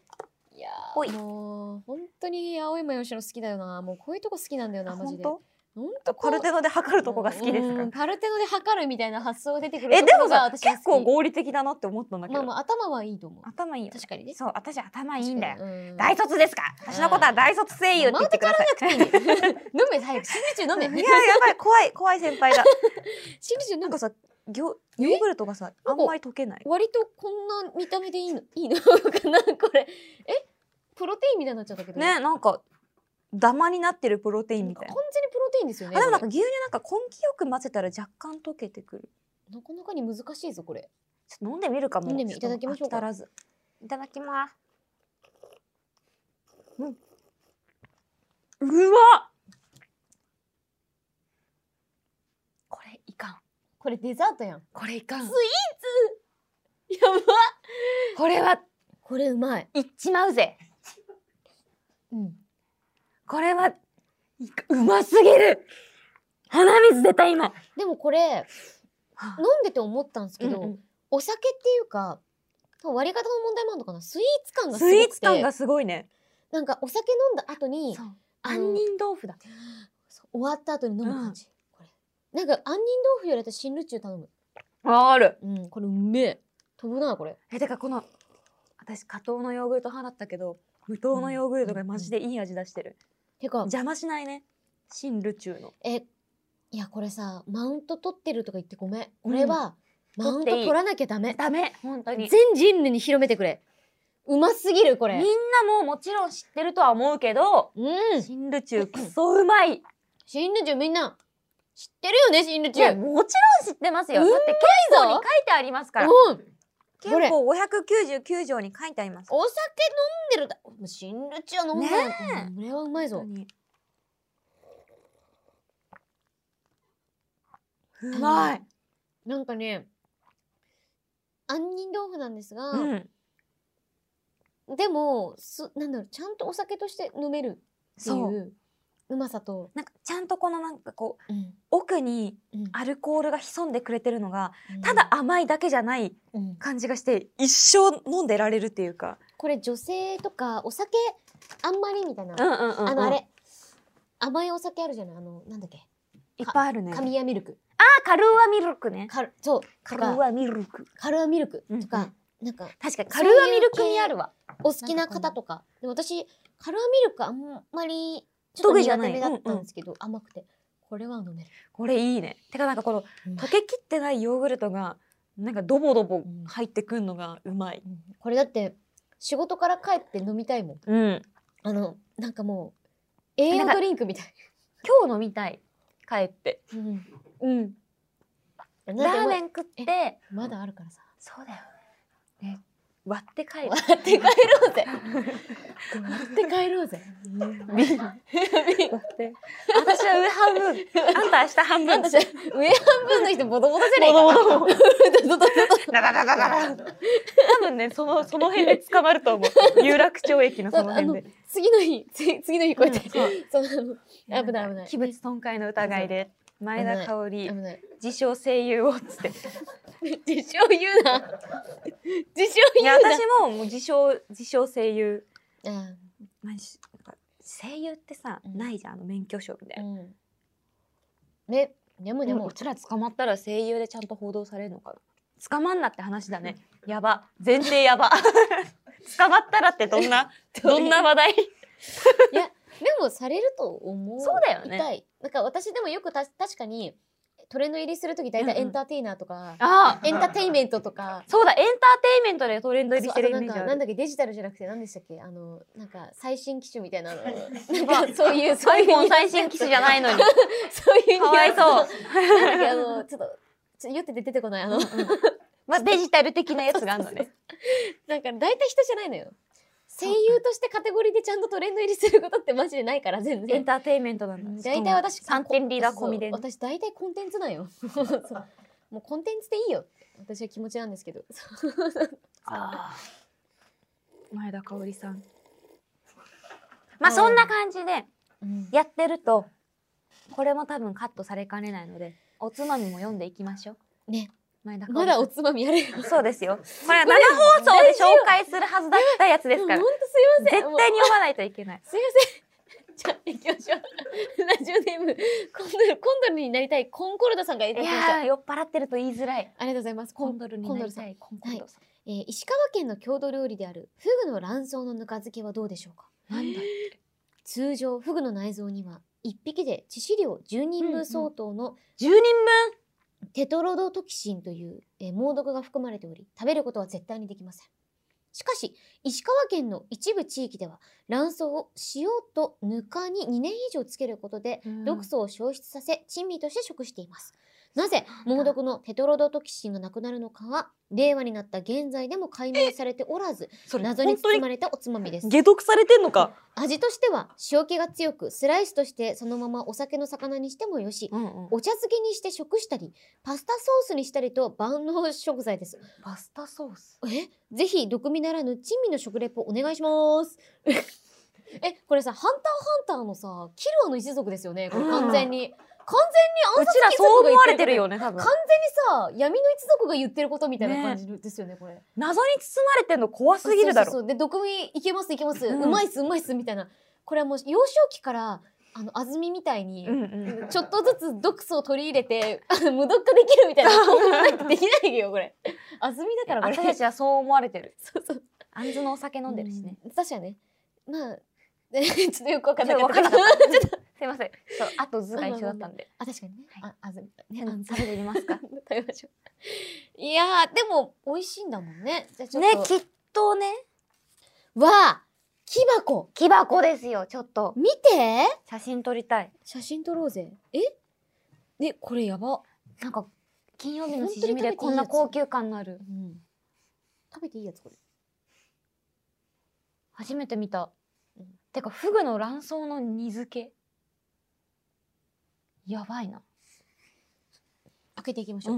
S1: いや
S2: ほい
S1: ーもう本当に青山よしの好きだよなもうこういうとこ好きなんだよなマジ
S2: 本
S1: で
S2: 当
S1: ほんとこ
S2: パ
S1: う
S2: ルテノで測るとこが好きです
S1: う
S2: か
S1: んパルテノで測るみたいな発想が出てくる
S2: え、
S1: と
S2: で
S1: こ
S2: も
S1: ろが
S2: さ、
S1: 私は
S2: 結構
S1: 好
S2: 合理的だなって思ったんだ
S1: き
S2: け
S1: まあ
S2: ど。
S1: まあ頭はいいと思う
S2: 頭いいよ。
S1: 確かにね
S2: そう、私頭いいんだよ。
S1: よ
S2: 大卒ですか私のことは大卒声優って言ってください。
S1: 飲め早 く真珠中飲
S2: い
S1: め
S2: や、やばい、怖い、 怖い先輩だ。
S1: 真珠中
S2: な
S1: 飲め
S2: んかさ、ぎょヨーグルトがさ、あんまり溶けない。
S1: 割とこんな見た目でいいの いいのかなこれえプロテインみたいになっちゃったけど
S2: ね、なんか、ダマになってるプロテイン
S1: なん
S2: み
S1: か
S2: たい
S1: 完
S2: な。
S1: 全にプロテインですよね
S2: あ、でもなん
S1: こ
S2: か
S1: れ
S2: 牛乳なんか根気よく混ぜたら若干溶けてくる。
S1: なかなかに難しいぞこれ
S2: ちょっと飲んでみるかも。
S1: 飲んでみいただきましょうか
S2: 飽き足らず。いただきます。うん。うわこれいかん。
S1: これデザートやん
S2: これいかん。
S1: やば
S2: これは、
S1: これうまい
S2: いっちまうぜ。
S1: うん
S2: これは、いかうますぎる鼻水出た今。
S1: でもこれ
S2: はあ
S1: 飲んでて思ったんですけど、
S2: うんうん
S1: お酒っていうか多分割り方の問題もあるのかなスイーツ感がすごく
S2: ス
S1: て
S2: イーツ感がすごいね。
S1: なんかお酒飲んだ後に
S2: そう
S1: あの
S2: 杏仁豆腐だ。
S1: そう終わった後に飲む感じ、これなんか杏仁豆腐より私新ルチュー頼む
S2: ある。
S1: うんこれうめえ飛ぶなこれ
S2: え、てかこの、私、加糖のヨーグルト派だったけど、無糖のヨーグルトがマジでいい味出してる。
S1: てか
S2: 邪魔しないね。新ルチューの。
S1: えいやこれさマウント取ってるとか言ってごめんこれは、
S2: うん
S1: マウント
S2: 取っていい
S1: 取らなきゃダメ
S2: ダメ本当に。み
S1: 全人類に広めてくれうますぎるこ
S2: ん
S1: れ
S2: なももちろん知ってるとは思うけど、
S1: うん
S2: 新ルチュークソうまい。ね、
S1: 新ルチューみんな知ってるよね新ルチュー
S2: もちろん知ってますよ。
S1: う
S2: だっ
S1: ん
S2: て憲法に
S1: まい
S2: 書
S1: ぞ
S2: いてありますから。
S1: うんこれ
S2: 憲法599条に書いてあります。
S1: お酒飲んでるだもう新ルチュー飲んだよ、
S2: ねえ
S1: うんこれはうまいぞ
S2: に。
S1: ま
S2: うま
S1: い
S2: い。
S1: なんかね杏仁豆腐なんですが、
S2: うん。
S1: でもすなんだろうちゃんとお酒として飲めるってい
S2: そう。
S1: ううまさと、
S2: なんかちゃんとこのなんかこう
S1: うん
S2: 奥に
S1: うん
S2: アルコールが潜んでくれてるのがただ、甘いだけじゃない
S1: うん
S2: 感じがして一生飲んでられるっていうか。
S1: これ女性とかお酒あんまりみたいな、
S2: うんうんうんうん。
S1: あのあれ甘いお酒あるじゃないあのなんだっけ
S2: いっぱいあるね。
S1: カミヤミルク
S2: あカルーアミルクね。
S1: カルそう
S2: カ
S1: と
S2: ル
S1: か
S2: ーアミルク。
S1: カルアミルク
S2: うん
S1: とか、なんか
S2: 確かに
S1: カ
S2: カ
S1: ル
S2: ル
S1: ー
S2: ー
S1: ア
S2: ア
S1: ミ
S2: ミ
S1: ル
S2: ル
S1: ク
S2: ク
S1: に
S2: に
S1: あ
S2: あ
S1: る
S2: るわ。
S1: お好きな方とかでも私カルアミルクあんまりちょっと
S2: 得意じゃ
S1: 苦
S2: な
S1: 手
S2: い
S1: めだったんですけど、甘くてこれは飲める
S2: これいいね。てかなんかこの
S1: うん
S2: 溶けきってないヨーグルトがなんかドボドボ入ってくんのがうまい。
S1: うんこれだって仕事から帰って飲みたいもん
S2: うん。
S1: あのなんかもう栄養ドリンクみたい
S2: 今日飲みたい帰って
S1: うん
S2: うん
S1: ラ
S2: ラーメン
S1: ン
S2: 食って
S1: まだあるからさ
S2: そうだよねね割って帰る
S1: 割って帰ろうぜ割って帰ろうぜ
S2: 割って分。私は上半分。あんた明日半
S1: なん
S2: 分
S1: だ。それ上半分の人ボトボトじゃねえか。
S2: ボトボ ト
S1: ボトボト
S2: ダダダダダダ多分ね、その、その辺で捕まると思う。有楽町駅のその辺で。
S1: 次の日、つ次の日こうやって、そうあの
S2: うん
S1: 危ない危ない
S2: 器物損壊の疑いで、前田香織
S1: 危、ない。
S2: 自称声優をっつって。
S1: 自称言うな。自称
S2: い
S1: 言
S2: や、
S1: うな
S2: 私。も、もう自称、自称声優。
S1: あ
S2: まあしなんか声優ってさ、
S1: うん
S2: ないじゃん、あの免許証みたい
S1: ー
S2: な。
S1: うん。ね、でもで
S2: でも、
S1: も
S2: う、ちら捕まったら声優でちゃんと報道されるのかな。捕まんなって話だね。やば。前提やば。 捕まったらってどんな、どんな話題
S1: でもされると思う。
S2: そうだよね
S1: 痛い。なんか私でもよくた確かにトレンド入りするとき大体
S2: うんう
S1: エ
S2: ん
S1: ンターテイナーとか、
S2: ああ、
S1: エンターテインメントとか。
S2: そうだ、エンターテインメントでトレンド入りしてるイ
S1: そうあと
S2: メージ
S1: なんか
S2: あ
S1: なん
S2: る。
S1: だっけデジタルじゃなくて何でしたっけあのなんか最新機種みたいなのな
S2: ま
S1: んかそういうそういう
S2: iPhone 最新機種じゃないの に。
S1: そういうニュアンス
S2: かわいそう。
S1: なんだっけあ のちょっとちょっと酔ってて出てこないあの
S2: まあ、デジタル的なやつがあるのね。
S1: なんか大体人じゃないのよ声優としてカテゴリーでちゃんとトレンド入りすることってマジでないから全
S2: エン
S1: 然
S2: ターテインメントなんだ。
S1: 大体私
S2: 三点リーダー込みで
S1: そう。私大体コンテンツなんよそうもうコンテンツでいいよって私は気持ちなんですけど
S2: あー前田香織さん。まあ、そんな感じでやってると、これも多分カットされかねないので、おつまみも読んでいきましょう。
S1: ね。
S2: 前田香織
S1: ま
S2: さ
S1: だ
S2: ん
S1: おつまみやれよ
S2: そうですよ。これは生放送で紹介するはずだったやつです
S1: 本
S2: か
S1: 当
S2: ら
S1: すい。ま
S2: 絶
S1: せ
S2: 対
S1: ん
S2: に
S1: もう
S2: 読まないといけない。
S1: すいません。じゃあ行きましょう。ラジオネームコンドルコンドルになりたいコンコルドさんがいた
S2: い
S1: だきました。
S2: や
S1: あ
S2: ー酔っ払ってると言いづら
S1: り
S2: い。
S1: がとうございます。コ
S2: コ
S1: ン
S2: ンドルになりたい。コン
S1: コンドル
S2: さん。
S1: えー石川県の郷土料理であるフグの卵巣のぬか漬けはどうでしょうか。
S2: なんだ
S1: 通常フグの内臓には一匹で致死量10人分相当の
S2: 十人分
S1: テトロドトキシンという、えー猛毒が含まれており食べることは絶対にできませんしかし石川県の一部地域では卵巣を塩とぬかに2年以上つけることで
S2: うん
S1: 毒素を消失させ珍味として食していますなぜ猛毒のテトロドトキシンがなくなるのかは令和になった現在でも解明されておらず
S2: それ
S1: 謎に
S2: 本当
S1: 包
S2: に
S1: まれたおつまみです
S2: 解毒されてんのか。
S1: 味としては塩気が強くスライスとしてそのままお酒の魚にしてもよし
S2: うんうん。
S1: お茶漬けにして食したりパスタソースにしたりと万能食材です
S2: パスタソース。
S1: えぜひ毒味ならぬ珍味の食レポお願いします えこれさ「ハンターハンター」のさキルアの一族ですよねこれ完全に、完全に
S2: う
S1: 暗
S2: ちら
S1: 殺貴
S2: そう
S1: 族が言っ
S2: 思わ
S1: て
S2: れてる
S1: ること
S2: よね、多分
S1: 完。全にさ闇の一族が言ってることみたいな感じですよねこれ
S2: 謎に包まれてんの怖すぎるだろ。
S1: そうそうそうで毒味いけますいけます、う
S2: うん
S1: まいっすうまいっすみたいなこれはもう幼少期からあの安住みたいに、
S2: うんうん。
S1: ちょっとずつ毒素を取り入れて あの無毒化できるみたいなそんなんてできないよこれ安住だからこれ
S2: 私たちはそう思われてる。
S1: そうそう
S2: あんずのお酒飲んでるしね。
S1: うん確かにねまあ ちょっとよくわかんな
S2: ちょ
S1: か
S2: っ
S1: っ
S2: と
S1: た
S2: わ
S1: けど
S2: かんなか ったすいません。そう、あと図が一緒だったんで。
S1: あ確かにね、
S2: は
S1: あ安住ね安
S2: 食べてみますか。
S1: 住食べましょういやーでも美味しいんだもんね じゃあちょっ
S2: ね
S1: と、
S2: きっとね。
S1: わあ木箱
S2: 木箱ですよ、ちょっと。
S1: 見て
S2: 写真撮りたい。
S1: 写真撮ろうぜえねこれやば
S2: なんか、金曜日の
S1: 本当
S2: し
S1: に
S2: じみでこんな
S1: 食べていいやつ
S2: 高級感のある。
S1: うん食べていいやつこれ
S2: 初めて見た
S1: うん。
S2: てか、フグの卵巣の煮漬け。やばいな。
S1: 開けていきましょ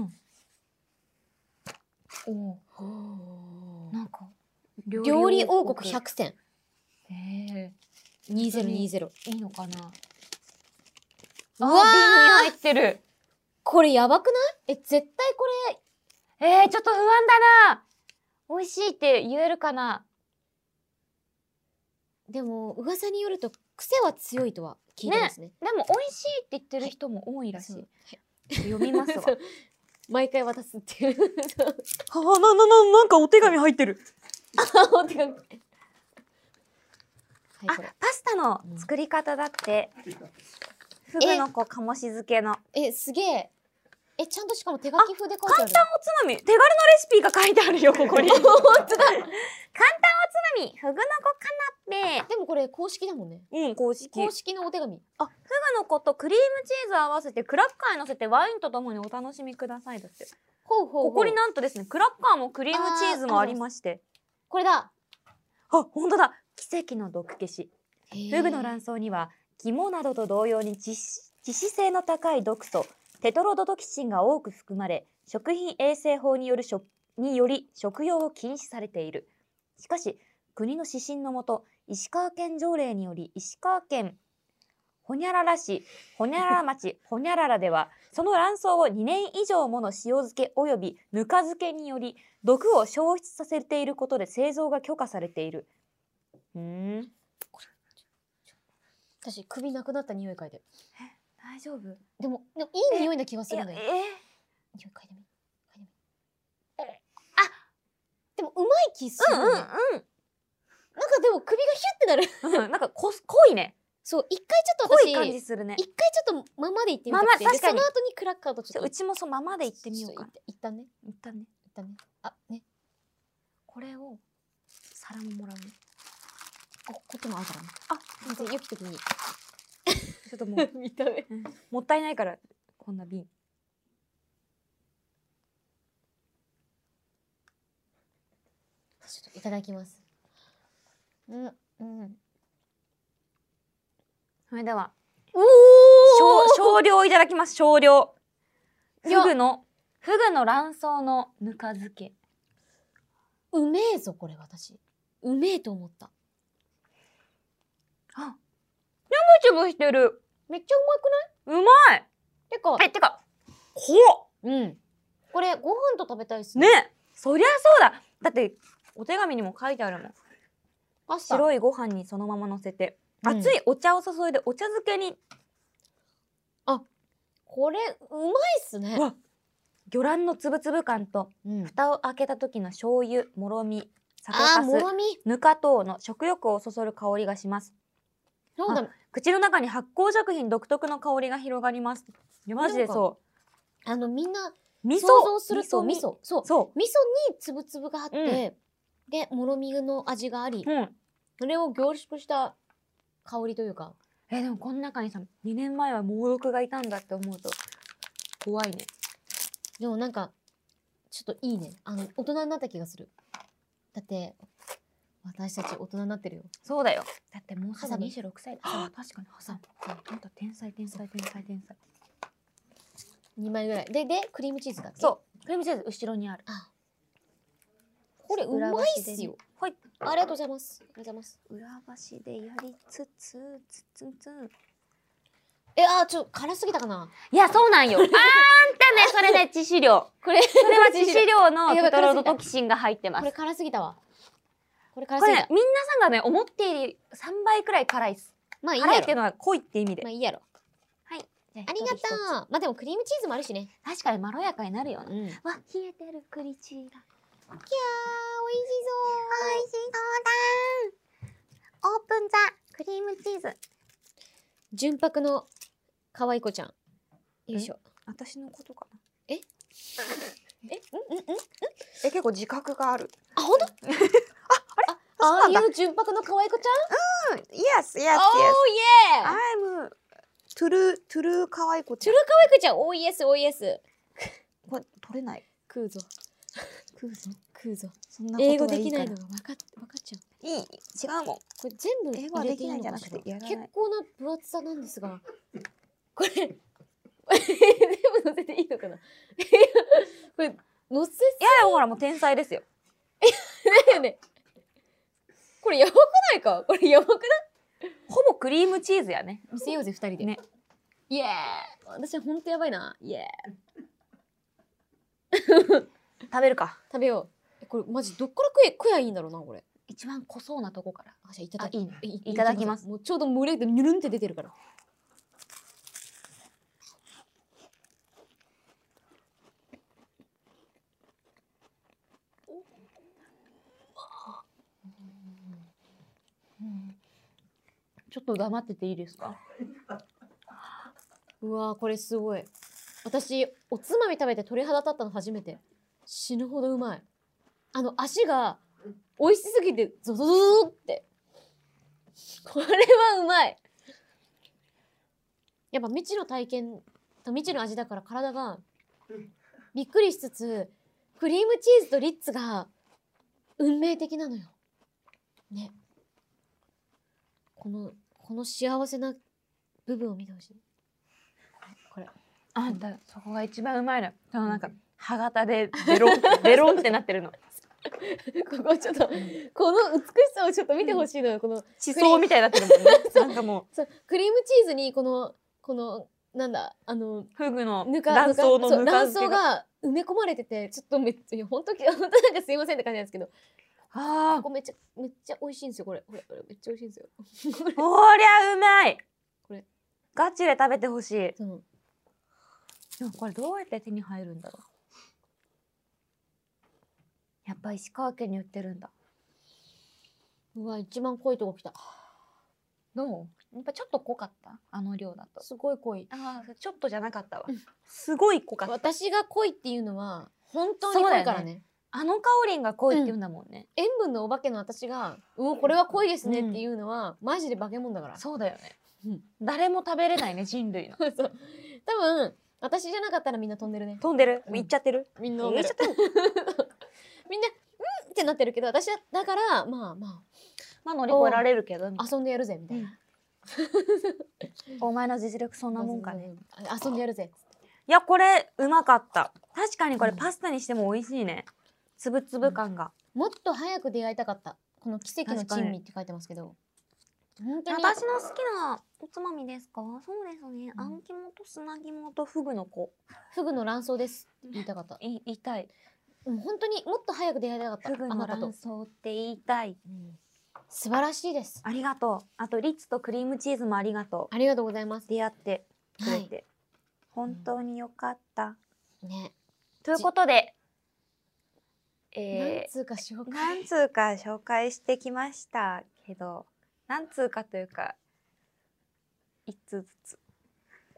S1: う、
S2: ん。お
S1: ほー
S2: なんか
S1: 料理王国100選
S2: へ
S1: 2020
S2: えいいのかな
S1: う
S2: あ
S1: わ
S2: 瓶に入ってる
S1: これやばくないえ絶対これ
S2: えー、ちょっと不安だな美味しいって言えるかな
S1: でも噂によると癖は強いとは聞いてますね
S2: でも美味しいって言ってる人も多いらしい、
S1: そう
S2: 読みます
S1: そ
S2: わ
S1: う 毎回渡すっていう そう
S2: あななななんかお手紙入ってる
S1: あお手紙はい
S2: あ
S1: これ
S2: パスタの作り方だって、フグの子鴨し漬けの
S1: えすげええちゃんとしかも手書き風で書いてあ
S2: 簡
S1: る
S2: 単おつまみ手軽のレシピが書いてあるよこ こに簡単お
S1: 当だ
S2: つまみフグの子カナッ
S1: で
S2: ペ
S1: もこれ公式だもんね
S2: うん公式
S1: 公式のお手紙
S2: あ、フグの子とクリームチーズを合わせてクラッカーに乗せてワインとともにお楽しみくださいですよ。
S1: ほうほうほう
S2: ここになんとですね、クラッカーもクリームチーズもありまして。
S1: これだ
S2: あ、本当だ。奇跡の毒消し。フグの
S1: ラン
S2: 卵巣には肝などと同様に致死致死性の高い毒素、テトロドトキシンが多く含まれ、食品衛生法による食により食用を禁止されている。しかし、国の指針のもと、石川県条例により、石川県ほにゃらら市、ほにゃらら町、 ほにゃららでは、その卵巣を2年以上もの塩漬け及びぬか漬けにより、毒を消失させていることで製造が許可されている。うーん、
S1: 私、首なくなった匂い嗅いでる。
S2: 大丈夫
S1: でも、でもいい匂いな気がするんだよ。匂い嗅いでみ。嗅いでみ。あでも、うまい気する、ね。なんかでも首がヒュってなる。
S2: うんうんうん。 なんかこ濃いね。
S1: そう、一回ちょっと
S2: 濃
S1: 私、
S2: い感じするね。
S1: 一回ちょっとままで行ってみたくて、
S2: まま確かに
S1: でその後にクラッカーとち
S2: ち
S1: ょ
S2: ょ
S1: っと
S2: うちもそうままで行ってみようかな。
S1: いったね
S2: いったね。
S1: いったねあね
S2: これを皿ももらうね。
S1: あこっちもあるからね
S2: あ、
S1: すいません良き時に
S2: ちょっと もう
S1: 見た目
S2: もったいないからこんな瓶。
S1: ちょっといただきますうんうん
S2: それでは
S1: お
S2: 少
S1: お
S2: 少量いただきます少量。
S1: い
S2: フ
S1: や
S2: グのフグの卵巣のぬか漬け。
S1: うめえぞこれ私うめえと思った
S2: あ、ちぶちぶしてる。
S1: めっちゃうまくないう
S2: まい。
S1: てか
S2: えてか、こ
S1: うんこれご飯と食べたいっす
S2: うね。そりゃそうだ。だってお手紙にも書いてあるもん。
S1: パスタ
S2: 白いご飯にそのまま乗せて、
S1: うん
S2: 熱いお茶を注いでお茶漬けに
S1: これうまいっすね
S2: うわ魚卵のつぶつぶ感と
S1: うん
S2: 蓋を開けた時の醤油もろみ酒
S1: あーも
S2: 粕
S1: ろみ
S2: ぬか等の食欲をそそる香りがします
S1: そうだ
S2: 口の中に発酵食品独特の香りが広がりますいやマジでそ
S1: あのみんな
S2: う味噌
S1: 想像すると味噌そう
S2: そ
S1: 味噌につぶつぶがあって、
S2: うん
S1: でもろみの味があり
S2: ううん
S1: それを凝縮した香りというか
S2: えでもこの中にさ2年前は猛毒がいたんだって思うと怖いね
S1: でもなんかちょっといいねあの大人になった気がするだって私たち大人になってるよ
S2: そうだよだってもうす
S1: ハ
S2: ぐ
S1: サミ
S2: 26歳だ
S1: ハ
S2: 確かにハサミあんた天才天才天才天才
S1: 2枚ぐらいででクリームチーズだっけう
S2: そうクリームチーズ後ろにある
S1: あこれうまいっすよ
S2: はい
S1: ありがとうございますありがとうございます
S2: 裏箸でやりつつつつつん
S1: えあーちょっと辛すぎたかない
S2: やそう なんよあーんたねそれね致死量
S1: これ
S2: それは致死量の
S1: あやば
S2: テ
S1: い
S2: トロドトキシンが入ってま
S1: こ
S2: す
S1: れ辛すぎたわこれ辛
S2: こ
S1: す
S2: れ
S1: ぎ
S2: ね
S1: た
S2: みんなさんがね思っている3倍くらい辛いです
S1: まあいいやろ
S2: 辛いっていうのは濃いって意味で、
S1: まあいいやろ
S2: じゃ
S1: あ
S2: 一
S1: り
S2: 人
S1: がと
S2: 一つ
S1: うまあでもクリームチーズもあるしね
S2: 確かにまろやかになるよ
S1: う
S2: ね
S1: ん
S2: わ冷えてる栗チーラ
S1: きゃー、美味しそう。
S2: 美味しそうだオープンザクリームチーズ
S1: 純白の可愛い子ちゃん。よいしょ。
S2: 私のことかな
S1: え、うん、うん、うん。
S2: え結構自覚がある
S1: あ、ほんと。あ、あ
S2: そうなん
S1: れ。
S2: だ
S1: ああいう純白の可愛い子ち
S2: うん yes yes
S1: ゃん。おーイエー。
S2: I'm トゥルートゥルー可愛い子
S1: チュル可愛い子ちゃん、おーイエス、おーイエス。
S2: これ取れない
S1: 食うぞ、
S2: 食うぞ
S1: 食うぞ。
S2: そんな
S1: 英語できないの
S2: い
S1: が分かっ、分かっちゃう。
S2: い違うもん
S1: これ全部
S2: 英語は
S1: 入れていい
S2: できない
S1: の
S2: んじ
S1: か
S2: ゃな
S1: し
S2: く
S1: ら。
S2: てやらない
S1: 結構な分厚さなんですが。これ。全部乗せていいのかな。い やこれ、乗せす
S2: いやいやほらもう天才ですよ
S1: ぎだよね。これやばくないか。これやばくない
S2: ほぼクリームチーズやね
S1: 見せようぜ二人で。
S2: ね
S1: イエーイ私ほんとやばいな。イエーイ
S2: 食べるか
S1: 食べよう。えこれマジどっから食え食えばいいんだろうなこれ。
S2: 一番濃そうなとこから
S1: あじゃあいただき
S2: あいいね
S1: え
S2: いただきます。
S1: もうちょうど群れでニュルンって出てるから。
S2: ちょっと黙ってていいですか
S1: うわーこれすごい。私おつまみ食べて鳥肌立ったの初めて。死ぬほどうまい。あの足が美味しすぎてゾゾゾゾゾって。これはうまい。やっぱ未知の体験と未知の味だから体がびっくりしつつクリームチーズとリッツが運命的なのよ。ね。このこの幸せなブブを見てほしい。これ。
S2: あんたそこが一番うまいのそのなんか歯型でベ ロンベロンってなってるの
S1: ここちょっと、この美しさをちょっと見てほしいのよ。この、
S2: 地層みたいになってるもんねなんかも
S1: そうクリームチーズにこの、この、なんだ、あの
S2: う、フグの
S1: ぬか、
S2: 卵巣の
S1: ぬかそう
S2: ぬか
S1: 卵巣
S2: 漬けが
S1: が埋め込まれてて、ちょっとめっちゃ、いや本当に、本当なんかすいませんって感じなんですけど、
S2: あ
S1: ここめっちゃ、めっちゃ美味しいんですよ、これ。これ、これめっちゃ美味しいんですよ。
S2: ーこりゃうまい
S1: これ
S2: ガチで食べてほしいで
S1: そう
S2: もこれどうやって手に入るんだろうやっぱ石川県に売ってるんだ
S1: うわ、一番濃いとこ来た。
S2: どうやっぱちょっと濃かったあの量だと
S1: すごい濃い。
S2: ああちょっとじゃなかったわ
S1: うん
S2: すごい濃かった
S1: 私が濃いっていうのは、本当に濃いからね。
S2: あの香りが濃いって言うんだもんね、
S1: 塩分のお化けの私が、うん、これは濃いですねっていうのは、マジで化け物だから。
S2: そうだよね、
S1: うん
S2: 誰も食べれないね人類の
S1: そう。多分、私じゃなかったらみんな飛んでるね。
S2: 飛んでる
S1: うん
S2: いっちゃってる、
S1: みん
S2: え
S1: な
S2: ー
S1: 飛んで
S2: いっ
S1: る
S2: ちゃってる
S1: みんな、うんってなってるけど、私はだから、まあま
S2: まあ乗り越えられるけどみた
S1: あ、
S2: い
S1: 遊んでやるぜ、みたいな。
S2: なお前の実力そんなもんかね
S1: うん。あ遊んでやるぜ。
S2: いやこれうまかった確かにこれ
S1: うん
S2: パスタにしても美味しいねつぶつぶ感が、
S1: もっと早く出会いたかった。この奇跡の珍味って書いてますけど。本当に。
S2: 私の好きなおつまみですかそうですね、
S1: うん
S2: あん肝と砂肝とフグの子
S1: フグの卵巣ですって言いたかった。
S2: い言いたい
S1: うん、本当にもっと早く出会いたかった。
S2: フグ
S1: あ
S2: の
S1: なたと
S2: 卵。巣って言いたい
S1: うん素晴らしいです。
S2: ありがとうあとリッツとクリームチーズもありがと
S1: ありがとうございます
S2: う。出会ってく
S1: は
S2: れ
S1: い。
S2: て、本当によかった、
S1: ね。
S2: ということで
S1: なん
S2: え
S1: つうか紹
S2: ー、
S1: 介。
S2: 何通か紹介してきましたけど何通かというか一通ずつ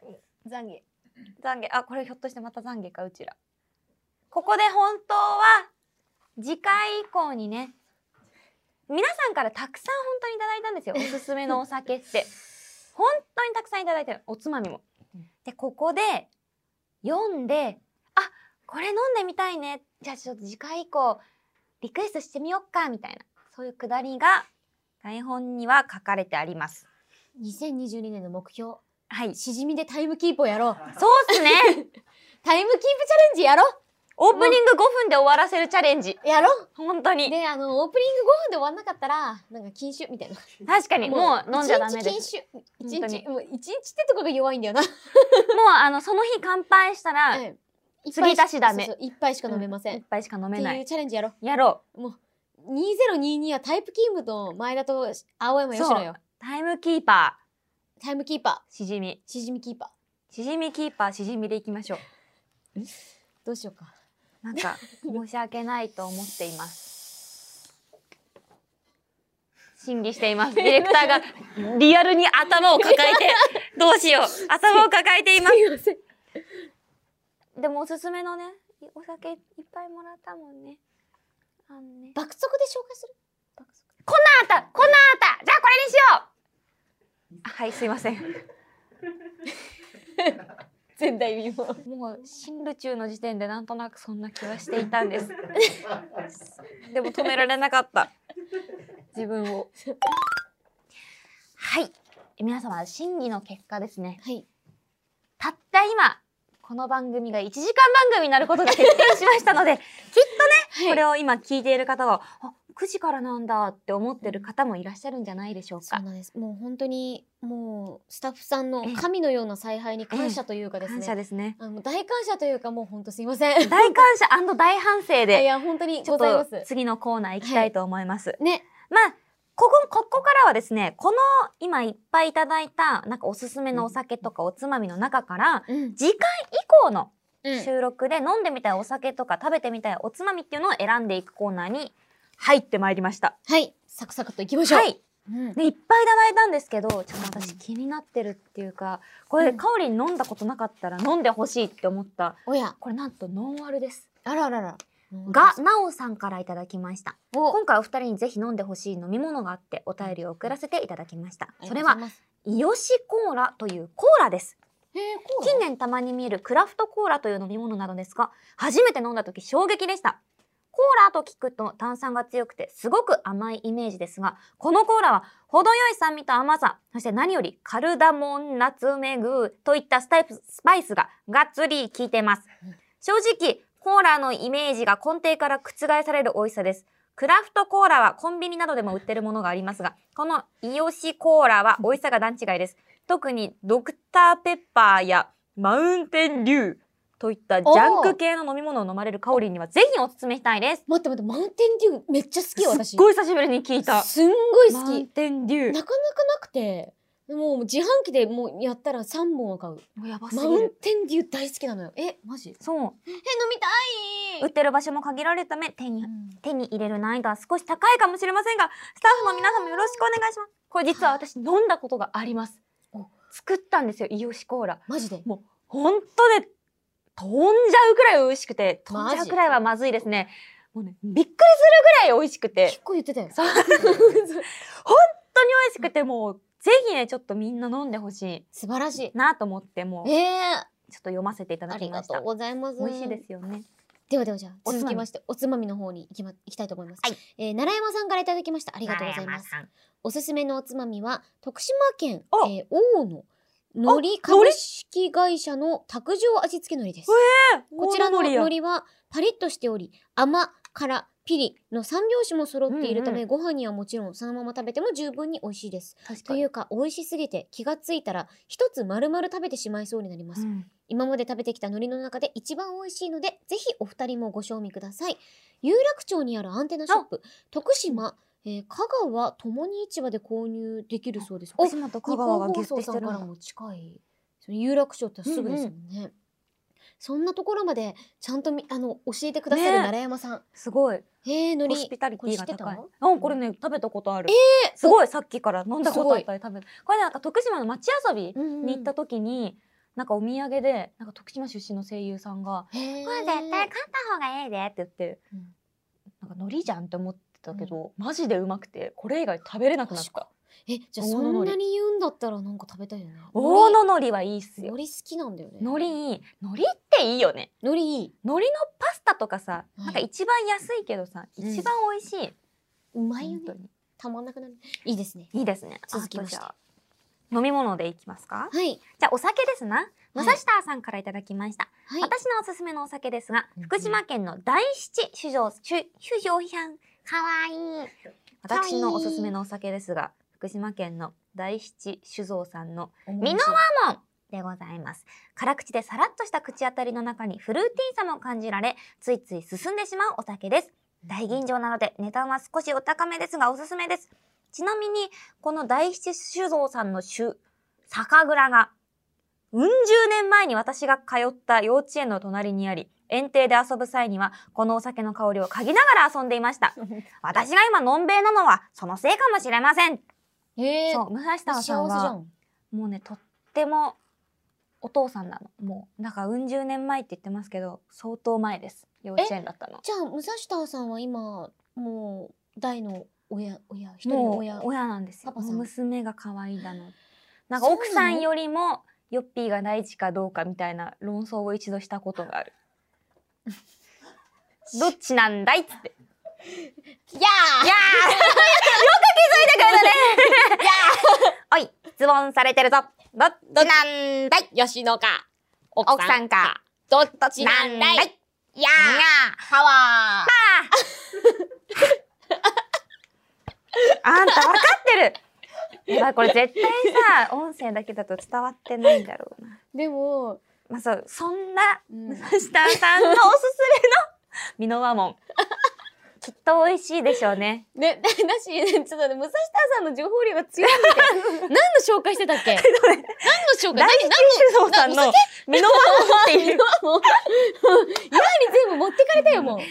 S2: 懺悔懺悔あこれひょっとしてまた懺悔かうちらここで本当は次回以降にね皆さんからたくさん本当にいただいたんですよおすすめのお酒って本当にたくさんいただいてるおつまみもでここで読んであこれ飲んでみたいねじゃあちょっと次回以降リクエストしてみよっかみたいなそういうくだりが台本には書かれてあります
S1: 2022年の目標。
S2: はい
S1: しじみでタイムキープをやろう。
S2: そうっ すね
S1: タイムキープチャレンジやろう
S2: オープニング5分で終わらせるチャレンジ
S1: やろう
S2: 本当 に
S1: で、あの、オープニング5分で終わんなかったら、なんか禁酒みたいな。
S2: 確かにもう飲んじゃダメで
S1: 一
S2: す
S1: 日
S2: 本
S1: 禁酒。
S2: 当
S1: 一
S2: に
S1: 日、もう一日ってとこが弱いんだよな。
S2: もうあのその日乾杯したら、
S1: うん一
S2: 継ぎ
S1: 杯
S2: 足しダメ
S1: そうそう一杯しか飲めません。
S2: 一杯しか飲め
S1: っ
S2: な
S1: ていう
S2: い
S1: チャレンジやろ
S2: やろう
S1: う。もう、2022はタイプキームと前田と青山吉野よ。
S2: タイムキーパ
S1: タイムキーパ
S2: ーしじみ
S1: ー、しじみキーパー。
S2: しじみキーパーしじみでいきましょう
S1: どうしようか。
S2: なんか 申し訳ないと思っています。 審議しています。ディレクター がリアルに頭を抱えて、どうしよう。頭を抱えています
S1: す。いません。
S2: でもおすすめのね、お酒いっぱいもらったもんね。あのね。
S1: 爆速で紹介する爆速。
S2: あったこんなあったじゃあこれにしようあはい、すいません。
S1: 前代 未聞。
S2: もう、進路中の時点でなんとなくそんな気はしていたん です。でも止められなかった。自分を。はい。皆様、審議の結果ですね。
S1: はい。
S2: たった今、この番組が1時間番組になることが決定しましたの で、きっとね、これを今聞いている方は、あ、9時からなんだって思ってる方もいらっしゃるんじゃないでしょう
S1: そう
S2: か。
S1: なんです。もう本当に、もう、スタッフさん
S2: ええ
S1: の神のような采配に感謝というかです
S2: 感謝
S1: ね。
S2: ですね。
S1: あの大感謝というか、もう本当すいません。
S2: 大感謝大反省
S1: いやい
S2: で、
S1: や、本当に
S2: ち
S1: ご
S2: ょっ
S1: ざいま
S2: と
S1: す。
S2: 次のコーナー行きたいと思います。
S1: ね。
S2: まあ、ここ、ここからはですね、この今いっぱいいただいた、なんかおすすめのお酒とかおつまみの中から、
S1: うん。
S2: 次回以降の収録で飲んでみたいお酒とか食べてみたいおつまみっていうのを選んでいくコーナーに入ってまいりました。
S1: はい。サクサクといきましょう。。
S2: はいい。で、いっぱいいただいたんですけど、ちょっと私気になってるっていうか、これ、
S1: うん
S2: カオリン飲んだことなかったら飲んでほしいって思った。
S1: おや。
S2: これなんとノンアルです。
S1: あらあらあら。
S2: が、、ナオさんからいただきました。
S1: お
S2: 今回お二人にぜひ飲んでほしい飲み物があってお便りを送らせていただきました。それは、、イヨシコーラというコーラです。
S1: へえ、こう。
S2: 近年たまに見えるクラフトコーラという飲み物なのですが、初めて飲んだ時衝撃でした。コーラと聞くと炭酸が強くてすごく甘いイメージですが、このコーラは程よい酸味と甘さ、そして何よりカルダモン、ナツメグといったスタイプスパイスががっつり効いています。正直、コーラのイメージが根底から覆される美味しさです。クラフトコーラはコンビニなどでも売ってるものがありますが、このイオシコーラは美味しさが段違いです。特にドクターペッパーやマウンテンデューといったジャンク系の飲み物を飲まれるカオリンにはぜひおすすめしたいです。
S1: 待って待って、マウンテンデューめっちゃ好きよ、私。
S2: すっごい久しぶりに聞いた。
S1: すんごい好
S2: マウン
S1: き。
S2: テンデュ
S1: なかな
S2: ー。
S1: かなくて、もう自販機でもうやったら3本は買う。
S2: もうやばす
S1: マ
S2: ぎ
S1: ウン
S2: る。
S1: テンデュー大好きなのよ。え、マジ
S2: そう。
S1: え、飲みたい
S2: 売ってる場所も限られるため手に
S1: うん
S2: 手に入れる難易度は少し高いかもしれませんが、スタッフの皆さんもよろしくお願いします。これ実は私飲んだことがあります
S1: お。
S2: 作ったんですよ、イオシコーラ。
S1: マジで。
S2: もう、本当で、飛んじゃうくらい美味しくて、飛ん
S1: マジ
S2: じゃうくらいはまずいですね。もうね、びっくりするぐらい美味しくて
S1: 結、構言ってたよ。
S2: そう本当に美味しくて、もう、ぜひね、ちょっとみんな飲んでほし
S1: 素晴らしい。
S2: いなと思って、もう、ちょっ
S1: ええ
S2: と読ませていた
S1: ー、あ
S2: だ
S1: り
S2: き
S1: が
S2: まし
S1: と
S2: た
S1: う。ございます。
S2: 美味しいですよね。
S1: ではではじゃあ
S2: おつまみ
S1: 続きましておつまみの方に行き,、ま、行きたいと思います、
S2: はい
S1: えー、奈良山さんからいただきましたあ
S2: あ
S1: りがとうございます
S2: さん。
S1: おすすめのおつまみは徳島県
S2: あ、
S1: えー、大野のり
S2: 海苔
S1: 株式会社の卓上味付けのりです、こちらの
S2: 大盛りや
S1: のりはパリッとしており甘辛ピリの三拍子も揃っているため、ご飯にはもちろんそのまま食べても十分に美味しいです
S2: 確
S1: と
S2: か
S1: い
S2: に。
S1: うか美味しすぎて気がついたら一つ丸々食べてしまいそうになります、
S2: うん
S1: 今まで食べてきた海苔の中で一番美味しいので、ぜひお二人もご賞味ください。有楽町にあるアンテナショップ、徳島、えー香川ともに市場で購入できるそうです。お、
S2: 福
S1: 日
S2: 島と香川が
S1: 本
S2: ギュ
S1: 放
S2: ッ
S1: 送
S2: てし
S1: さ
S2: て
S1: ん
S2: る
S1: から
S2: の。
S1: も近い。その有楽町ってすぐですもんね。そんなところまでちゃんとみあの教えてくださる
S2: ね
S1: 奈良山さん。
S2: すごい。
S1: えー、の
S2: ホ
S1: り。
S2: スピタリティが高い
S1: これ知って。
S2: うん、これね、食べたことある。
S1: え
S2: すごい、さっきから飲んだことあっ
S1: すご
S2: たり食べた。これねなんか徳島の町遊び
S1: うんうん
S2: に行った時に、なんかお土産で、なんか徳島出身の声優さんが、
S1: へー
S2: これ絶対買った方がええでって言って
S1: うん、
S2: なんか海苔じゃんって思ってたけど、マジでうまくて、これ以外食べれなくなっ
S1: 確か
S2: た。
S1: え、じゃあ
S2: 大
S1: そ
S2: 野の
S1: ん
S2: り
S1: なに言うんだったらなんか食べたいよね。
S2: 大野海苔はいいっす
S1: 海
S2: よ。
S1: 苔好きなんだよね。
S2: 海苔いい。海苔っていいよね。
S1: 海苔いい。
S2: 海苔のパスタとかさ、
S1: うん
S2: なんか一番安いけどさ、
S1: うん
S2: 一番美味しい。
S1: うまいよ
S2: 本当
S1: ね。
S2: に
S1: たまんなくなる。いいですね。
S2: いいですね。
S1: 続きまして
S2: あとじゃあ飲み物でいきますか。
S1: はい。
S2: じゃあお酒ですな。武蔵田さんからいただきました。
S1: はい。
S2: 私のおすすめのお酒ですが
S1: うん、
S2: 福島県の大七酒造酒酒造批判かわいい。私のおすすめのお酒ですが、福島県の大七酒造さんの美濃和門でございます。辛口でさらっとした口当たりの中にフルーティーさも感じられ、ついつい進んでしまうお酒です。大吟醸なので値段は少しお高めですがおすすめです。ちなみに、この大七酒造さんの酒、酒蔵が、うん十年前に私が通った幼稚園の隣にあり、園庭で遊ぶ際には、このお酒の香りを嗅ぎながら遊んでいました。私が今、のんべえなのは、そのせいかもしれません。
S1: へえ。
S2: そう、武蔵
S1: 幸
S2: 田
S1: せじ
S2: さん
S1: ゃ
S2: は、
S1: ん。
S2: もうね、とっても、お父さんなの。もう、なんか、うん十年前って言ってますけど、相当前です。幼稚園だったの。
S1: じゃあ武蔵田さんは今もう大の親親一人の
S2: もう
S1: 親。
S2: 親なんですよ。
S1: パパさん
S2: もう娘が可愛いだの。なんか奥さんよりもヨッピーが大事かどうかみたいな論争を一度したことが ある。どっちなんだいっつって。
S1: いや
S2: いやーよく気づいてくれたねいや おい、質問されてるぞ。どっちなんだい
S1: ー。吉野か奥
S2: 奥さんか。
S1: どっ
S2: どっちなんだいい
S1: や
S2: やー
S1: パワ
S2: あんた分かってるやばいこれ絶対さ音声だけだと伝わってないんだろうな。
S1: ー。でも、
S2: まあそうそんな
S1: うん
S2: 武蔵田さんのおすすめの美濃和門きっと美味しいでしょうね。
S1: ねだだし ちょっとね武蔵田さんの情報量が強いんで 何の紹介してたっ け？何の紹介？
S2: 大
S1: 何
S2: 吉酒造さんの美濃和門っていう。は
S1: もう今に全部持ってかれたよもう。は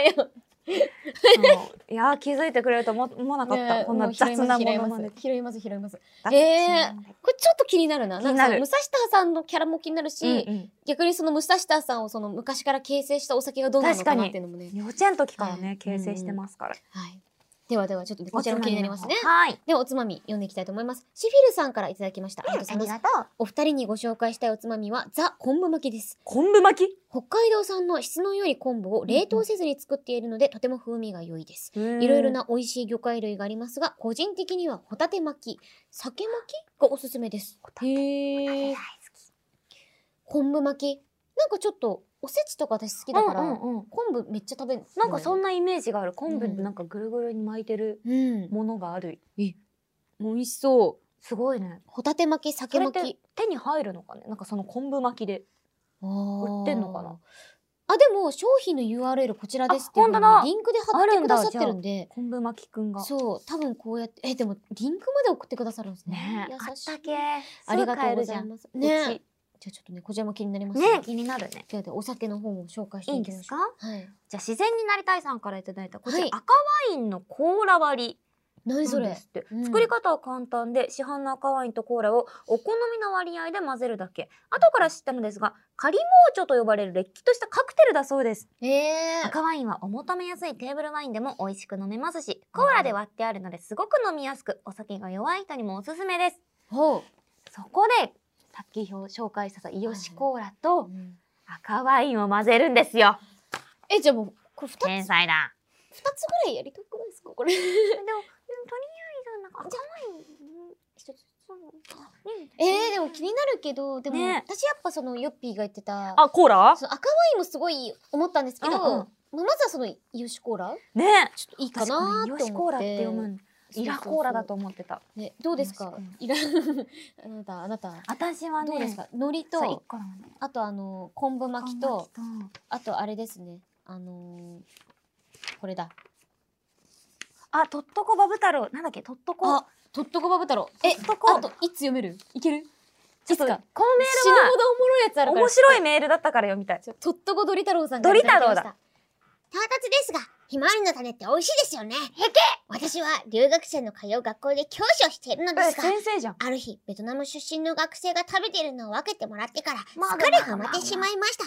S1: い。
S2: あもういやー気づいてくれると思思わなかった、
S1: ね
S2: こんな雑なものまで。
S1: 拾います拾います拾います
S2: だって
S1: えー、これちょっと気になるな
S2: 気
S1: な
S2: になん
S1: かそ
S2: る
S1: の武蔵田さんのキャラも気になるし、
S2: うんうん
S1: 逆にその武蔵田さんをその昔から形成したお酒がどうなのか
S2: 確か
S1: な
S2: に
S1: っていうのもね、
S2: 幼稚園の時からね、
S1: はい
S2: 形成してますから。
S1: はい、ではではちょっとねこちらも気になりますね。
S2: はい。
S1: ではおつまみ読んでいきたいと思います。シフィルさんからいただきました。ありがとうございます。
S2: とう。
S1: お二人にご紹介したいおつまみはザ昆布巻きです。
S2: 昆布巻き
S1: 北海道産の質の良い昆布を冷凍せずに作っているので、とても風味が良いです。い
S2: い
S1: ろいろ。な美味しい魚介類がありますが、個人的にはホタテ巻き、鮭巻きがおすすめです。へえ。昆布巻き。なんかちょっとおせちとか私好きだから、
S2: うんうんうん
S1: 昆布めっちゃ食べる。
S2: なんかそ
S1: な。
S2: んなイメージがある。昆布
S1: うん
S2: なんかぐるぐるに巻いてる
S1: うん。
S2: ものがある。
S1: 美味しそう。
S2: すごいね。
S1: ホタテ巻き、
S2: そ
S1: 鮭
S2: れっ
S1: 巻
S2: て
S1: き。
S2: 手に入るのかねなんかその昆布巻きで。
S1: 売
S2: 売ってんのかな
S1: あでも商品の URL こちらですっていう
S2: あ
S1: の
S2: 本当だ
S1: をリンクで貼ってくださってるんで
S2: 昆布巻きくんが。
S1: そう多分こうやってえでもリンクまで送ってくださるんですね
S2: ねえ。あ
S1: 優
S2: っ
S1: したい
S2: け。
S1: ありがとうご
S2: すぐ買えるじ
S1: ざ
S2: ゃ
S1: い
S2: ん。
S1: ます
S2: ね
S1: ねじゃあちょっとねこちらも気になります
S2: ね気になるね。
S1: ではではお酒の方も紹介して
S2: いい
S1: い
S2: ん
S1: き
S2: で
S1: ますし
S2: か
S1: ょうはい
S2: じゃあ自然になりたいさんからいただいたこちら
S1: はい
S2: 赤ワインのコーラ割り
S1: 何
S2: な
S1: そ
S2: んで
S1: れ
S2: すって
S1: うん
S2: 作り方は簡単で市販の赤ワインとコーラをお好みの割合で混ぜるだけ後から知ったのですがカリモーチョと呼ばれるれっきとしたカクテルだそうです
S1: ええ
S2: 赤ワインはお求めやすいテーブルワインでも美味しく飲めますしコーラで割ってあるのですごく飲みやすくお酒が弱い人にもおすすめです
S1: ほ
S2: そこでさっき紹介したさイオシコーラ
S1: う
S2: と赤ワインを混ぜるんですよ
S1: えじゃあもうこれ二つ二
S2: 天才だ
S1: つぐらいやりたくないですかこ れ
S2: でも、とりあえず、なんか、赤ワイン、一つ。
S1: えー、でも気になるけどでも、
S2: ね
S1: 私やっぱそのヨッピーが言ってた
S2: あ、コーラ
S1: その赤ワインもすごい思ったんですけど、
S2: うんうん
S1: まあまずはそのイヨシコーラ
S2: ね
S1: ちょっといいか
S2: 確か
S1: な
S2: に、
S1: ー
S2: ヨ
S1: って思って。
S2: シコーラって読むんだ。
S1: そうそうそう
S2: イラコーラだと。思ってた。
S1: ね、どうですかイラ、あなた、あなた。
S2: 私はね、
S1: どうですか海苔
S2: そう一
S1: と、
S2: 個なのね
S1: あとあの、昆布巻きと、
S2: 赤巻きと
S1: あとあれですね。あのー、これだ。
S2: あ、とっとこバブ太郎。なんだっけ、とっとこ。
S1: あ、とっとこバブ太郎。え、
S2: とっとこ
S1: あと、いつ読めるいけるい
S2: ち
S1: つ
S2: ょっと、この
S1: か。
S2: メ
S1: 死ぬほどおもろいやつあるか
S2: ールは
S1: ら。
S2: 面白いメールだったから読みたい。
S1: ちょ。とっとこドリ太郎さんが。
S2: ドリ太郎だ。
S3: 到達ですが、ひまわりの種って美味しいですよね。へけ私は留学生の通う学校で教師をしているので
S2: え
S3: すが、
S2: 先生じゃん。
S3: ある日、ベトナム出身の学生が食べているのを分けてもらってから、
S2: まあ
S3: 疲れが待ってしまいました。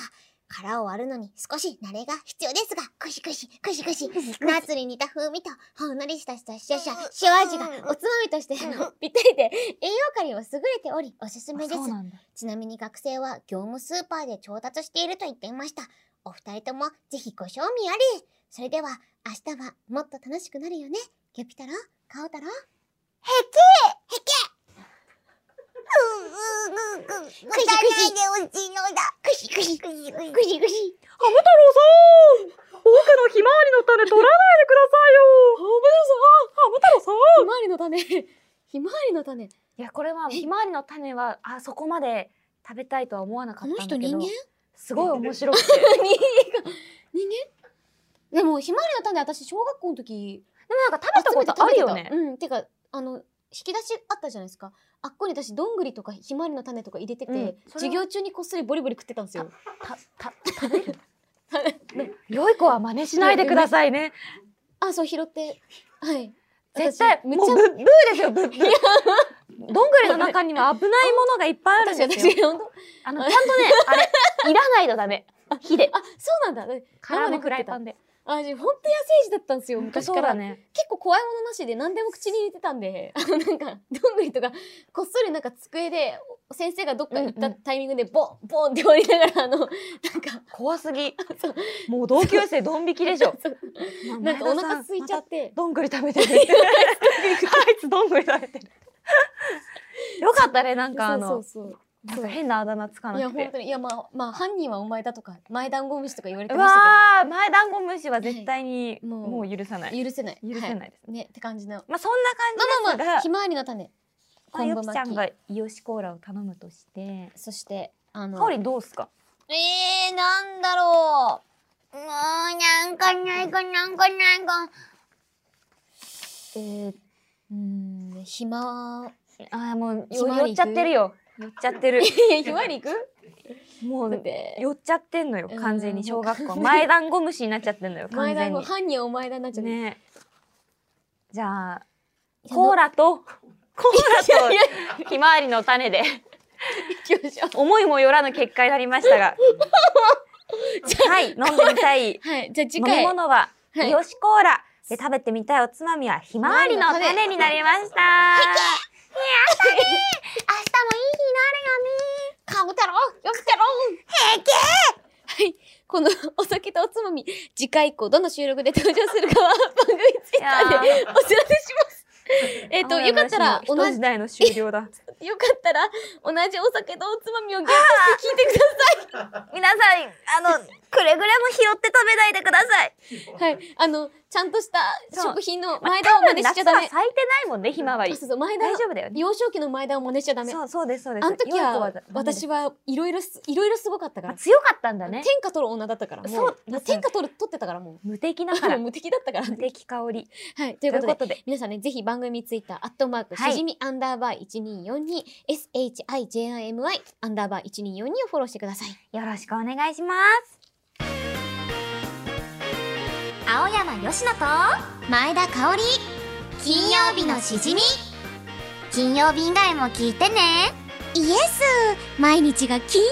S3: 殻を割るのに少し慣れが必要ですが、くしくし、くしくし、ナッツに似た風味と、ほんのりしたしたシャシャ、塩味がおつまみとしてあのぴったりで、栄養価にも優れており、おすすめです
S2: そう。なんだ。
S3: ちなみに学生は業務スーパーで調達していると言っていました。お二人ともぜひご賞味あれ。それでは、明日はもっと楽しくなるよね。ギョピ太郎、カオ太郎。へけへけくしくし。くしくしのだ。くしくしくしくしくしくし。
S2: ハム太郎さん僕のひまわりの種取らないでくださいよハム太郎さんハム太郎さん
S1: ひまわりの種。 ひまわりの種。
S2: いやこれはひまわりの種はあそこまで食べたいとは思わなか
S1: こ
S2: った
S1: の
S2: んだけ
S1: 人
S2: ど
S1: 人間
S2: すごい面白くて
S1: 人間でも、ひまわりの種、私、小学校の時、
S2: でもなんか食べたことあるよね
S1: うん、てか、あの、引き出しあったじゃないですか。あっこに私、どんぐりとかひまわりの種とか入れてて、
S2: うんそれは
S1: 授業中にこっそりボリボリ食ってたんですよ。
S2: たた食べる良い子は真似しないでくださいね
S1: あ、そう、拾って。はい。
S2: 絶対
S1: 私め
S2: も
S1: っ
S2: う
S1: ち
S2: ブ
S1: ゃ
S2: ブーですよブーブーどんぐりの中には危ないものがいっぱいあるんですよ
S1: 私、私、本当
S2: あのちゃんとねあ れいらないとダメ火で
S1: あ、そうなんだ。
S2: 殻の
S1: 食
S2: フ
S1: っ
S2: ラ
S1: て
S2: イ
S1: た
S2: パ。ンで
S1: あ、じゃあ本当野生児だったんですよ、昔
S2: そう
S1: か
S2: だ
S1: ら。
S2: ね
S1: 結構怖いものなしで何でも口に入れてたんで、 あの、なんか、どんぐりとか、こっそりなんか机で、先生がどっか行っ
S2: う
S1: た
S2: んうん
S1: タイミングで、ボン、ボンって割りながら、あの、なんか、
S2: 怖す ぎ
S1: そう
S2: もう同級生ドン引きでし ょ
S1: そうなんかお腹空いちゃって。
S2: どんぐり食べてる。あいつどんぐり食べてる。よかったね、なんかあ
S1: そう
S2: の、
S1: そうそう。
S2: なんか変なあだ名つか
S1: い
S2: な
S1: や
S2: く
S1: 本
S2: て。
S1: 当にいやまあまあ犯人はお前だとか前ダンゴムシとか言われて
S2: う
S1: ました
S2: わー、前ダンゴムシは絶対に
S1: もう
S2: もう許さな
S1: け
S2: い。
S1: ど許せない
S2: 許せ
S1: は
S2: ないです。
S1: い、ねって感じの
S2: まあそんな
S1: まあ
S2: 感じで
S1: ますあ
S2: が
S1: ひ、まわりの種
S2: まあ
S1: 昆
S2: ゆ
S1: 布
S2: きちゃ
S1: 巻
S2: ん
S1: き
S2: がイオシコーラを頼むとして、
S1: そしてあの
S2: かおりんどうすか
S3: えー、なんだろう。もう、なんか、なんか、なんか、なんか。
S2: えー、
S1: うーんひま
S2: あーもう
S1: ひまわ
S2: よ
S1: りい
S2: 寄っ
S1: く
S2: ちゃってるよ。寄っちゃってる。
S1: いやひまわり行 く
S2: も
S1: だっ
S2: う
S1: て
S2: 寄っちゃってんのよ、
S1: うん
S2: 完全に小学校。前ダンゴムシになっちゃってんのよ、完
S1: 前ダ
S2: 全
S1: ンゴ
S2: に。
S1: 犯人はお前だになっちゃう
S2: ねじゃあ
S1: いや
S2: コーラとコーラとひまわりの種で
S1: 行きましょう
S2: 思いもよらぬ結果になりましたが はい飲んでみたい
S1: はいじゃあ次
S2: 飲み
S1: 回
S2: 物は
S1: はい
S2: イオシコーラで、食べてみたいおつまみはひまわりの種になりました。やったね明日もいい日になるよね
S1: カム太郎ヨム太郎平気はい。このお酒とおつまみ、次回以降どの収録で登場する かは番組ツイッターでお知らせします。えっと、よかったら、同
S2: 同
S1: じ
S2: 時、代の終了だ。
S1: よかったら、同じお酒とおつまみをゲットして聞いてください。
S2: 皆さん、あの、くれぐれも拾って食べないでください。
S1: はい、あの、ちゃんとした
S2: そう
S1: 食品の前田を真似しちゃダメ。
S2: 夏は咲いてないもんね、ひまわり
S1: そう。そうそう、前田
S2: 大、丈夫だよね。
S1: 幼少期の前田を真似しちゃダメ。
S2: そう、そうです、そうです。
S1: あの時
S2: 良い子
S1: は
S2: だ、
S1: 私はいろいろす、いろいろすごかったか
S2: まあ
S1: ら。
S2: 強かったんだね
S1: 天。下取る女だったから。も
S2: そう
S1: も天下取る、取ってたからも
S2: 無敵だ
S1: う。
S2: か
S1: も
S2: ら
S1: う。無敵 だったから。
S2: 無敵香り。
S1: はい、と
S2: と
S1: いうことで。
S2: とで。
S1: 皆さんね、ぜひ番組ツイッター、アットマーク、
S2: はい
S1: しじみアンダーバー1242、SHIJIMI アンダーバー1242をフォローしてください。
S2: よろしくお願いします。
S3: 青山よしのと前田香織金曜日のしじみ金曜日以外も聞いてねイエス毎日が金曜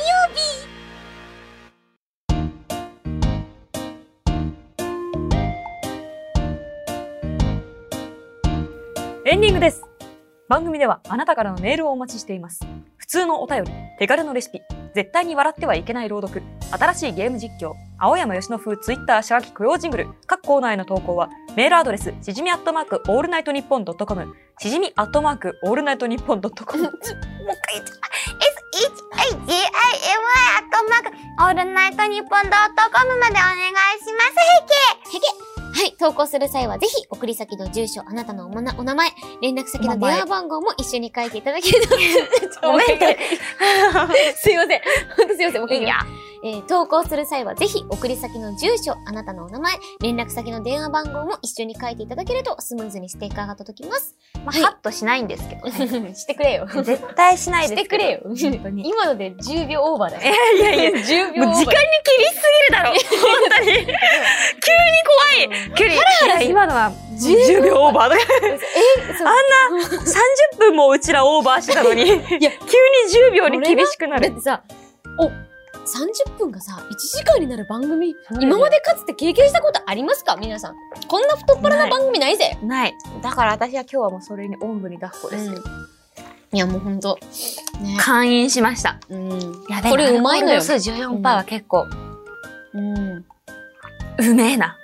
S2: エンディングです。番組ではあなたからのメールをお待ちしています。普通のお便り、手軽のレシピ、絶対に笑ってはいけない朗読、新しいゲーム実況、青山吉野風ツイッター社書き雇用ジングル、各コーナーへの投稿は、メールアドレス、しじみアットマークオールナイトニッポンドットコム、しじみアットマークオールナイトニッポンドット コム。
S3: SHIJIMI アットマークオールナイトニッポンドットコムまでお願いします
S1: はい、投稿する際はぜひ、送り先の住所、あなたのおなお名前、連絡先の電話番号も一緒に書いていただけると。
S2: ごめんね。
S1: すいません。 ほんとすいません。もう一回いき
S2: い
S1: ますえー投稿する際はぜひ、送り先の住所、あなたのお名前、連絡先の電話番号も一緒に書いていただけると、スムーズにステッカーが届き ます。
S2: まあ、
S1: はい
S2: カットしないんですけど、ね。
S1: してくれよ。
S2: 絶対しない
S1: し
S2: です
S1: てくれよ。
S2: 本当に。
S1: 今ので10秒オーバーだ
S2: い
S1: よ。
S2: やいやいや。
S1: 10秒
S2: もう
S1: オーバー。
S2: 時間に切りすぎるだろ本当に急 に怖い急に
S1: ラ
S2: いや今のは10秒オーバーだか ら
S1: え、そう。
S2: 30分もうちらオーバーしてたのに急に
S1: や
S2: 10秒に厳しくな
S1: だっ
S2: る
S1: てさ、お、30分がさ、1時間になる番組
S2: そう、だよ
S1: 今までかつて経験したことありますか皆さん。こんな太っ腹な番組ないぜ。
S2: ないだから私は今日はもうそれにおんぶに抱っこですよ、
S1: いや、もうほんと。ね。
S2: 勧飲しました
S1: うん。
S2: や
S1: これうまいのよ
S2: そう14%は結構
S1: うん。
S2: うめえな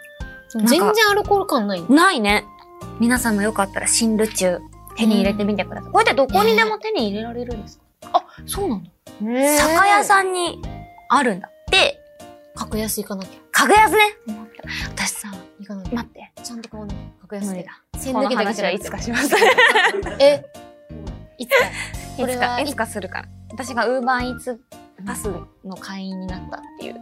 S1: 全然アルコール感ないよ。
S2: ないね皆さんもよかったら新ル中手に入れてみてください、これってどこにでも手に入れられるんですか、あそうなの酒屋
S1: ん。
S2: さんにあるんだって
S1: 格安行かなきゃ。
S2: 格安ね私さ
S1: 行かなきゃ。
S2: 待って
S1: ちゃんと買わなきゃ。格安
S2: 無理
S1: で。
S2: だ
S1: 千
S2: こ
S1: 抜
S2: の
S1: けだけ
S2: 話
S1: じゃな
S2: は
S1: いい
S2: つかしますい
S1: え、いつか。これ
S2: つ
S1: は
S2: かいつかするから私がウーバーイーツパスの会員になったっていう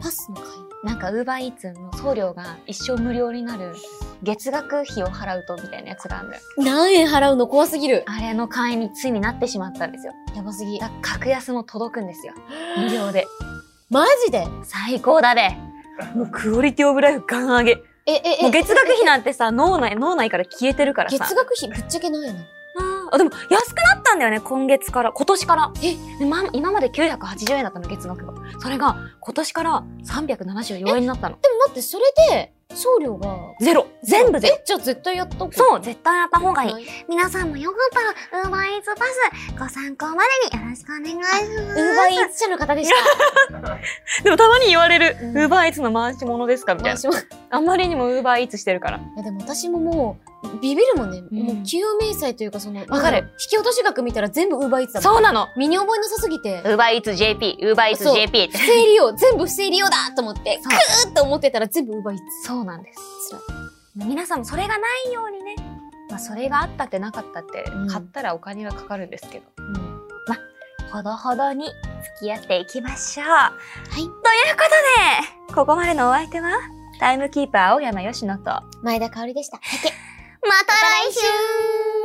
S1: パスの会
S2: なんかウーバーイーツの送料が一生無料になる月額費を払うとみたいなやつがあるんだよ
S1: 何円払うの怖すぎる。
S2: あれの会員についになってしまったんですよ
S1: やばすぎ
S2: だ。から格安も届くんで すよ無料で
S1: マジで
S2: 最高だべもうクオリティオブライフガン上げ
S1: え、え、え、
S2: もう月額費なんてさ脳内脳内から消えてるからさ
S1: 月額費ぶっちゃけないな。
S2: あーでも安くなったんだよね今月から今年から
S1: え
S2: でま今まで980円だったの月額がそれが今年から374円になったの
S1: でも待って、それで送料が。
S2: ゼロ全部ゼロ
S1: え、じゃあ絶対やったう。
S2: そう絶対やった方がいい
S1: はい。
S3: 皆さんもよかったらウーバーイーツパスご参考までによろしくお願いしま
S1: ウ
S3: す
S1: ーバーイーツ社の方でした。
S2: でもたまに言われる
S1: う
S2: ウ
S1: ん
S2: ーバーイーツの回し物ですかみたいな
S1: 私も。い
S2: あんまりにもウーバーイーツしてるから
S1: やでも私ももう、ビビるもんね。
S2: ん
S1: もう、給与明細というか、その、
S2: わかる
S1: なん引き落とし額見たら全部ウーバーイーツだもん
S2: そうなの
S1: 身に覚えなさすぎて
S2: ウ、ーバーイーツ JP ウーバーイーツ
S1: そう
S2: JP って
S1: 不正利用、全部不正利用だと思って、
S2: そう
S1: クーって思ってたら全部ウーバーイー
S2: そうなんです
S1: ツ。
S2: 皆さんもそれがないようにねまあそれがあったってなかったって
S1: うん
S2: 買ったらお金はかかるんですけど、
S1: うん。は
S2: ほどほどに付き合っていきましょう。
S1: い。
S2: ねえここまでのお相手はタイムキーパー青山佳乃と
S1: 前田香織でした。
S3: また来週